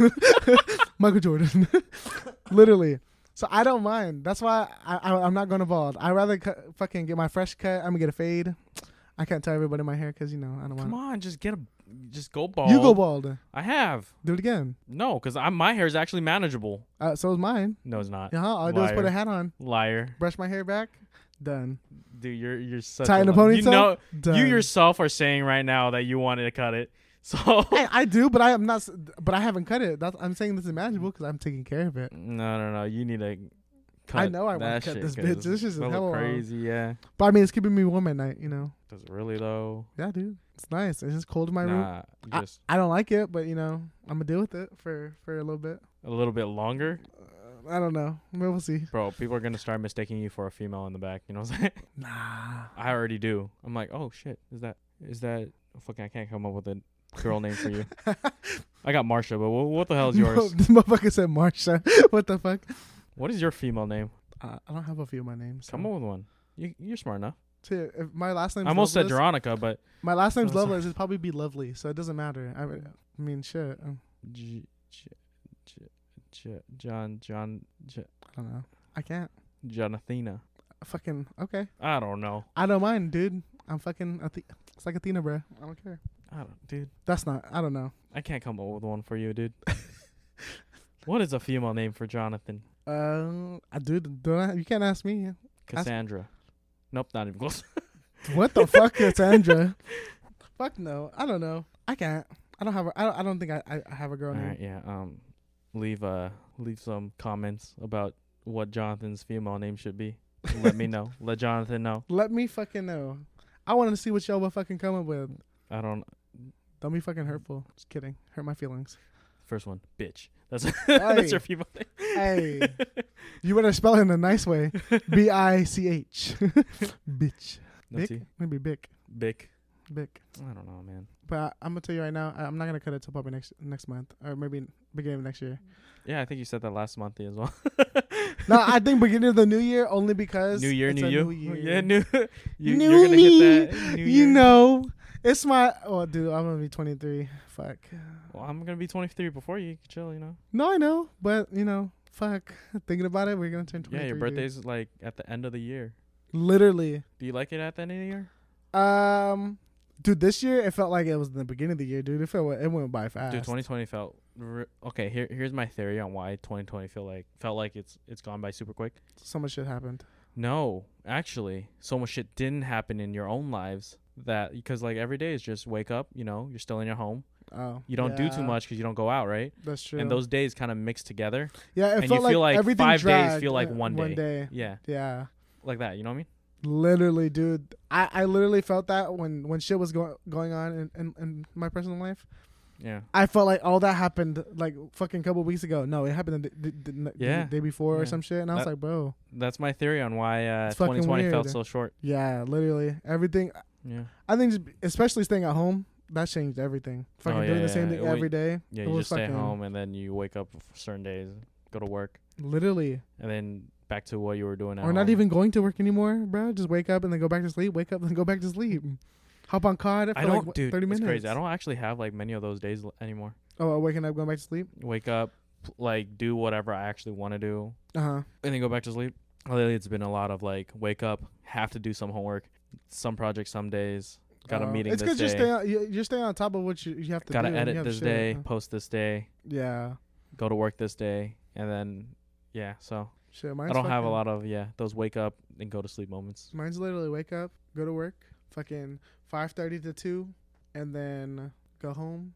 [SPEAKER 2] [laughs] Michael Jordan, [laughs] literally. So I don't mind. That's why I, I I'm not going to bald. I rather cut, fucking get my fresh cut. I'm gonna get a fade. I can't tell everybody my hair because you know I don't
[SPEAKER 1] Come
[SPEAKER 2] want.
[SPEAKER 1] on, just get a, just go
[SPEAKER 2] it.
[SPEAKER 1] bald.
[SPEAKER 2] You go bald.
[SPEAKER 1] I have
[SPEAKER 2] Do it again.
[SPEAKER 1] no, because I'm my hair is actually manageable.
[SPEAKER 2] Uh, so is mine.
[SPEAKER 1] No, it's not.
[SPEAKER 2] Yeah, all I do is put
[SPEAKER 1] Liar.
[SPEAKER 2] a hat on,
[SPEAKER 1] Liar,
[SPEAKER 2] brush my hair back, done.
[SPEAKER 1] dude, you're you're such
[SPEAKER 2] Tighten
[SPEAKER 1] a
[SPEAKER 2] the
[SPEAKER 1] li- You
[SPEAKER 2] ponytail?
[SPEAKER 1] know,
[SPEAKER 2] Done.
[SPEAKER 1] you yourself are saying right now that you wanted to cut it. [laughs] So
[SPEAKER 2] I, I do, but I am not. s- But I haven't cut it. That's, I'm saying this is manageable because I'm taking care of it.
[SPEAKER 1] no, no, no, you need to. Cut
[SPEAKER 2] I know I wanna
[SPEAKER 1] that
[SPEAKER 2] cut
[SPEAKER 1] shit
[SPEAKER 2] this
[SPEAKER 1] 'cause
[SPEAKER 2] bitch. This is
[SPEAKER 1] hella
[SPEAKER 2] hella-
[SPEAKER 1] crazy. Yeah,
[SPEAKER 2] But I mean, it's keeping me warm at night. You know.
[SPEAKER 1] does it really though?
[SPEAKER 2] Yeah, dude. It's nice. It's just cold in my room.
[SPEAKER 1] Nah, just
[SPEAKER 2] I don't like it, but you know, I'm gonna deal with it for for a little bit.
[SPEAKER 1] a little bit longer,
[SPEAKER 2] Uh, I don't know. But we'll see.
[SPEAKER 1] bro. People are gonna start mistaking you for a female in the back. You know what I'm saying?
[SPEAKER 2] Nah.
[SPEAKER 1] I already do. I'm like, oh shit, is that is that fucking? I can't come up with a girl name
[SPEAKER 2] [laughs]
[SPEAKER 1] for you. I got Marsha, but what, what the hell is yours?
[SPEAKER 2] this motherfucker said Marsha. [laughs] what the fuck?
[SPEAKER 1] what is your female name?
[SPEAKER 2] Uh, I don't have a few of my names.
[SPEAKER 1] Come up with one. You, you're smart enough.
[SPEAKER 2] Shit, if my last name.
[SPEAKER 1] I almost said Veronica, but
[SPEAKER 2] My last name's
[SPEAKER 1] I'm sorry.
[SPEAKER 2] Loveless. It'd probably be Lovely, so it doesn't matter. I, would- I mean, shit. um,
[SPEAKER 1] J- J- J- J- John John J-
[SPEAKER 2] I don't know. I can't.
[SPEAKER 1] Jonathina.
[SPEAKER 2] Fucking okay.
[SPEAKER 1] I don't know.
[SPEAKER 2] I don't mind, dude. I'm fucking. Athe- it's like Athena, bruh. I don't care.
[SPEAKER 1] I don't, dude.
[SPEAKER 2] That's not. I don't know.
[SPEAKER 1] I can't come up with one for you,
[SPEAKER 2] [laughs]
[SPEAKER 1] dude. what is a female name for Jonathan?
[SPEAKER 2] Um, I dude, don't I, you can't ask me.
[SPEAKER 1] Cassandra. Nope, not even close.
[SPEAKER 2] What the fuck,
[SPEAKER 1] [laughs]
[SPEAKER 2] Cassandra? fuck no. I don't know. I can't. I don't have. A, I don't. I don't think I. I I have a girl
[SPEAKER 1] All
[SPEAKER 2] name.
[SPEAKER 1] right, yeah. Um, leave uh, leave some comments about what Jonathan's female name should be. Let me
[SPEAKER 2] [laughs]
[SPEAKER 1] know. Let Jonathan know.
[SPEAKER 2] Let me fucking know. I want to see what y'all will fucking come up with.
[SPEAKER 1] I don't.
[SPEAKER 2] Don't be fucking hurtful. Just kidding. Hurt my
[SPEAKER 1] [laughs]
[SPEAKER 2] feelings.
[SPEAKER 1] First one, bitch. That's [laughs] that's your female name. [laughs]
[SPEAKER 2] Hey, you better spell it in a nice way. B I C H. [laughs] Bitch.
[SPEAKER 1] No T.
[SPEAKER 2] Bic. Maybe Bic.
[SPEAKER 1] Bic.
[SPEAKER 2] Bic.
[SPEAKER 1] I don't know, man.
[SPEAKER 2] But I, I'm gonna tell you right now. I, I'm not gonna cut it till probably next next month or maybe beginning of
[SPEAKER 1] [laughs]
[SPEAKER 2] next year.
[SPEAKER 1] Yeah, I think you said that last month as well.
[SPEAKER 2] no, I think beginning of the new year only
[SPEAKER 1] [laughs]
[SPEAKER 2] because
[SPEAKER 1] new year,
[SPEAKER 2] it's
[SPEAKER 1] new
[SPEAKER 2] a
[SPEAKER 1] you.
[SPEAKER 2] New year.
[SPEAKER 1] Yeah, new. [laughs] you,
[SPEAKER 2] New
[SPEAKER 1] you're gonna hit
[SPEAKER 2] me.
[SPEAKER 1] that. New
[SPEAKER 2] you
[SPEAKER 1] year.
[SPEAKER 2] know, it's my. Oh, dude, I'm gonna be 23. Fuck.
[SPEAKER 1] Well, I'm gonna be 23 before you. you. can Chill, you know.
[SPEAKER 2] No, I know, but you know, fuck. [laughs] Thinking about it, we're gonna turn 23.
[SPEAKER 1] Yeah, your
[SPEAKER 2] dude.
[SPEAKER 1] birthday's like at the end of the year.
[SPEAKER 2] literally.
[SPEAKER 1] Do you like it at the end of the year,
[SPEAKER 2] Um, dude, this year it felt like it was the beginning of the year, dude. It felt it went by fast.
[SPEAKER 1] dude? 2020 felt re- okay. Here, here's my theory on why 2020 feel like felt like it's it's gone by super quick.
[SPEAKER 2] so much shit happened.
[SPEAKER 1] No, actually, so much shit didn't happen in your own lives that because like every day is just wake up, you know, you're still in your home.
[SPEAKER 2] Oh,
[SPEAKER 1] You don't do too
[SPEAKER 2] yeah,
[SPEAKER 1] much because you don't go out, right?
[SPEAKER 2] That's true.
[SPEAKER 1] And those days kind of mix
[SPEAKER 2] [laughs]
[SPEAKER 1] together.
[SPEAKER 2] yeah, it
[SPEAKER 1] and you
[SPEAKER 2] felt
[SPEAKER 1] feel
[SPEAKER 2] like,
[SPEAKER 1] like
[SPEAKER 2] everything
[SPEAKER 1] five days
[SPEAKER 2] dragged,
[SPEAKER 1] feel like
[SPEAKER 2] uh,
[SPEAKER 1] one
[SPEAKER 2] One
[SPEAKER 1] day.
[SPEAKER 2] day.
[SPEAKER 1] Yeah,
[SPEAKER 2] Yeah,
[SPEAKER 1] like that. You know what I mean?
[SPEAKER 2] literally, dude. I, I literally felt that when when shit was going going on in, in, in my personal life.
[SPEAKER 1] Yeah.
[SPEAKER 2] I felt like all that happened like fucking couple weeks ago. No, it happened the, the, the,
[SPEAKER 1] Yeah.
[SPEAKER 2] the day before or
[SPEAKER 1] Yeah.
[SPEAKER 2] some shit, and I was
[SPEAKER 1] That-
[SPEAKER 2] like, bro,
[SPEAKER 1] That's my theory on why uh,
[SPEAKER 2] It's fucking
[SPEAKER 1] 2020 felt
[SPEAKER 2] weird.
[SPEAKER 1] so short.
[SPEAKER 2] yeah, literally everything.
[SPEAKER 1] Yeah.
[SPEAKER 2] I think just- especially staying at home that changed everything. Fucking
[SPEAKER 1] yeah,
[SPEAKER 2] doing the
[SPEAKER 1] Oh, yeah,
[SPEAKER 2] same
[SPEAKER 1] yeah.
[SPEAKER 2] thing
[SPEAKER 1] Well,
[SPEAKER 2] every day.
[SPEAKER 1] Yeah,
[SPEAKER 2] It
[SPEAKER 1] you
[SPEAKER 2] was
[SPEAKER 1] just stay
[SPEAKER 2] fucking-
[SPEAKER 1] home and then you wake up f- certain days, go to work,
[SPEAKER 2] Literally,
[SPEAKER 1] and then back to what you were doing. At
[SPEAKER 2] or not
[SPEAKER 1] home.
[SPEAKER 2] even going to work anymore, bro. Just wake up and then go back to sleep. Wake up and go back to sleep. Hop on COD for
[SPEAKER 1] I don't,
[SPEAKER 2] like
[SPEAKER 1] dude.
[SPEAKER 2] thirty minutes.
[SPEAKER 1] It's crazy. I don't actually have like many of those days l- anymore.
[SPEAKER 2] Oh, waking up, going back to sleep.
[SPEAKER 1] Wake up, p- like do whatever I actually want to do,
[SPEAKER 2] Uh huh.
[SPEAKER 1] and then go back to sleep. Lately, it's been a lot of like wake up, have to do some homework, some projects, some days. Got a meeting
[SPEAKER 2] Uh, It's
[SPEAKER 1] this
[SPEAKER 2] you
[SPEAKER 1] day.
[SPEAKER 2] stay on, you, you stay on top of what you, you have to
[SPEAKER 1] Got
[SPEAKER 2] do.
[SPEAKER 1] to
[SPEAKER 2] and you
[SPEAKER 1] edit
[SPEAKER 2] have
[SPEAKER 1] this
[SPEAKER 2] shit.
[SPEAKER 1] day,
[SPEAKER 2] Uh,
[SPEAKER 1] post this day,
[SPEAKER 2] Yeah.
[SPEAKER 1] go to work this day, and then yeah. So
[SPEAKER 2] Shit. Mine's
[SPEAKER 1] I don't have a
[SPEAKER 2] fucking-
[SPEAKER 1] lot of yeah those wake up and go to sleep moments.
[SPEAKER 2] Mine's literally wake up, go to work, fucking five thirty to two, and then go home,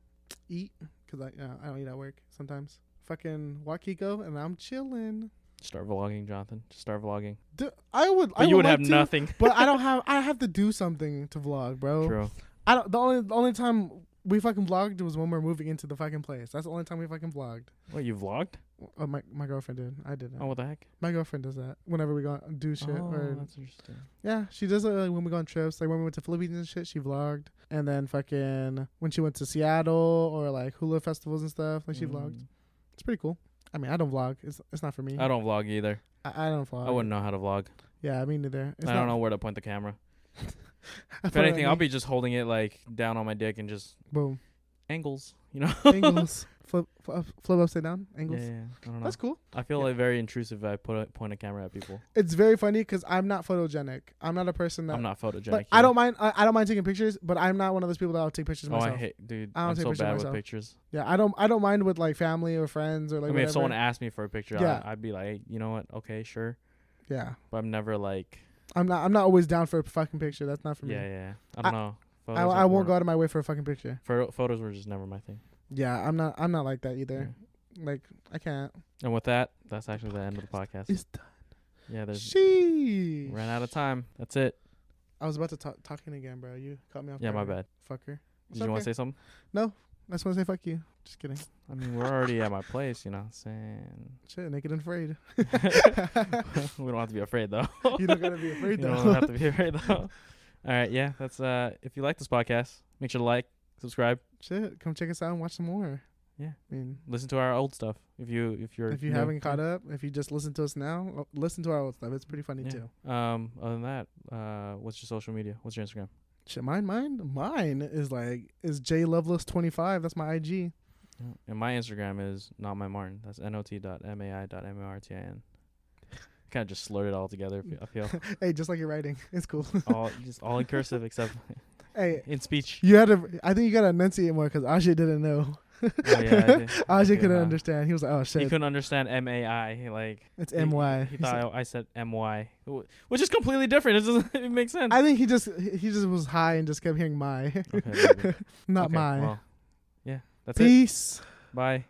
[SPEAKER 2] eat because I uh, I don't eat at work sometimes. Fucking walk Kiko, and I'm chilling.
[SPEAKER 1] Start vlogging, Jonathan. Just start vlogging.
[SPEAKER 2] Dude, I would. I
[SPEAKER 1] But you would
[SPEAKER 2] like
[SPEAKER 1] have
[SPEAKER 2] to,
[SPEAKER 1] nothing.
[SPEAKER 2] But I don't have. I have to do something to vlog, bro.
[SPEAKER 1] True.
[SPEAKER 2] I don't. The only the only time we fucking vlogged was when we are moving into the fucking place. That's the only time we fucking vlogged.
[SPEAKER 1] What you vlogged?
[SPEAKER 2] Oh, my my girlfriend did. I didn't.
[SPEAKER 1] Oh, what the heck? Oh,
[SPEAKER 2] My girlfriend does that whenever we go on- do shit or
[SPEAKER 1] that's interesting.
[SPEAKER 2] Yeah, she does it like when we go on trips. Like when we went to Philippines and shit, she vlogged. And then fucking when she went to Seattle or like hula festivals and stuff,
[SPEAKER 1] Mm.
[SPEAKER 2] like she vlogged. It's pretty cool. I mean, I don't vlog. It's it's not for me.
[SPEAKER 1] Mm. I don't vlog either.
[SPEAKER 2] I, I don't vlog.
[SPEAKER 1] I wouldn't know how to vlog.
[SPEAKER 2] Yeah, me neither. Oh, It's
[SPEAKER 1] I don't
[SPEAKER 2] not-
[SPEAKER 1] know where to point the camera.
[SPEAKER 2] [laughs] I
[SPEAKER 1] If
[SPEAKER 2] put it
[SPEAKER 1] anything,
[SPEAKER 2] on
[SPEAKER 1] I'll
[SPEAKER 2] me.
[SPEAKER 1] be just holding it like down on my dick and just [laughs]
[SPEAKER 2] boom
[SPEAKER 1] angles. You know. [laughs]
[SPEAKER 2] angles flip flip, up- flip upside down
[SPEAKER 1] Yeah,
[SPEAKER 2] angles.
[SPEAKER 1] yeah, yeah. I don't know.
[SPEAKER 2] That's cool.
[SPEAKER 1] I feel
[SPEAKER 2] yeah.
[SPEAKER 1] like very intrusive. If I put a, point a camera at people.
[SPEAKER 2] It's very funny because I'm not photogenic. I'm not a person that
[SPEAKER 1] I'm not photogenic.
[SPEAKER 2] like I don't
[SPEAKER 1] either.
[SPEAKER 2] mind. I, I don't mind taking pictures, but I'm not one of those people that will take pictures
[SPEAKER 1] Oh,
[SPEAKER 2] myself.
[SPEAKER 1] I hate, dude.
[SPEAKER 2] I don't
[SPEAKER 1] I'm
[SPEAKER 2] take
[SPEAKER 1] so
[SPEAKER 2] pictures of
[SPEAKER 1] bad with
[SPEAKER 2] myself.
[SPEAKER 1] pictures.
[SPEAKER 2] yeah, I don't. I don't mind with like family or friends or like.
[SPEAKER 1] I mean,
[SPEAKER 2] whatever.
[SPEAKER 1] if someone asked me for a picture,
[SPEAKER 2] Yeah.
[SPEAKER 1] I, I'd be like, you know what? Okay, sure.
[SPEAKER 2] Yeah.
[SPEAKER 1] But I'm never like,
[SPEAKER 2] I'm not. I'm not always down for a fucking picture. That's not for me.
[SPEAKER 1] yeah, yeah. I don't know.
[SPEAKER 2] I,
[SPEAKER 1] Photos
[SPEAKER 2] I
[SPEAKER 1] are-
[SPEAKER 2] won't go
[SPEAKER 1] weren't-
[SPEAKER 2] out of my way for a fucking picture.
[SPEAKER 1] photo- Photos were just never my thing.
[SPEAKER 2] Yeah, I'm not. I'm not like that either. Like I can't.
[SPEAKER 1] And with that, that's actually the end of the podcast.
[SPEAKER 2] It's done.
[SPEAKER 1] yeah, there's
[SPEAKER 2] She.
[SPEAKER 1] ran out of time. That's it.
[SPEAKER 2] I was about to talk talking again, bro. You caught me off.
[SPEAKER 1] Yeah, my
[SPEAKER 2] guard,
[SPEAKER 1] bad.
[SPEAKER 2] Fucker. It's
[SPEAKER 1] Did you want
[SPEAKER 2] okay.
[SPEAKER 1] to say something?
[SPEAKER 2] I just want to say fuck you. Just kidding.
[SPEAKER 1] I mean, we're already at my place, you know what I'm
[SPEAKER 2] [laughs]
[SPEAKER 1] saying? [laughs]
[SPEAKER 2] Shit, naked and afraid.
[SPEAKER 1] we don't have to be afraid, though.
[SPEAKER 2] you don't gotta be afraid
[SPEAKER 1] [laughs] You
[SPEAKER 2] though.
[SPEAKER 1] don't have to be afraid, though. All right, yeah, that's, uh, if you like this podcast, make sure to like, subscribe,
[SPEAKER 2] Shit, come check us out and watch some more.
[SPEAKER 1] Yeah.
[SPEAKER 2] I mean,
[SPEAKER 1] listen to our old stuff if you, if you're,
[SPEAKER 2] if you
[SPEAKER 1] new.
[SPEAKER 2] haven't caught up, if you just listen to us now, l- listen to our old stuff. It's pretty funny
[SPEAKER 1] Yeah.
[SPEAKER 2] too.
[SPEAKER 1] Um, other than that, uh, what's your social media? What's your Instagram?
[SPEAKER 2] Shit, mine, mine, mine is like is J Loveless twenty five. That's my IG.
[SPEAKER 1] And my Instagram is not my Martin. That's N O T dot M A I dot M A R T I N. Kind of just slurred it all together. I feel- I feel
[SPEAKER 2] hey, just like your writing, [laughs] it's cool.
[SPEAKER 1] all just all in cursive except
[SPEAKER 2] hey,
[SPEAKER 1] in speech.
[SPEAKER 2] you had to. I think you gotta enunciate more because Ajay didn't know.
[SPEAKER 1] Oh, yeah, I did. I
[SPEAKER 2] [laughs] Ajay
[SPEAKER 1] did,
[SPEAKER 2] couldn't
[SPEAKER 1] huh?
[SPEAKER 2] understand. He was like, "Oh
[SPEAKER 1] He
[SPEAKER 2] shit,
[SPEAKER 1] couldn't understand M A I. Like
[SPEAKER 2] it's
[SPEAKER 1] he- he-
[SPEAKER 2] M [laughs] Y."
[SPEAKER 1] He thought I I said M Y, which is completely different. It doesn't [laughs] it make sense.
[SPEAKER 2] I think he just he he just was high and just kept hearing "my,"
[SPEAKER 1] Okay, maybe.
[SPEAKER 2] [laughs] not
[SPEAKER 1] Okay,
[SPEAKER 2] "my."
[SPEAKER 1] well, yeah, that's it.
[SPEAKER 2] Peace.
[SPEAKER 1] Bye.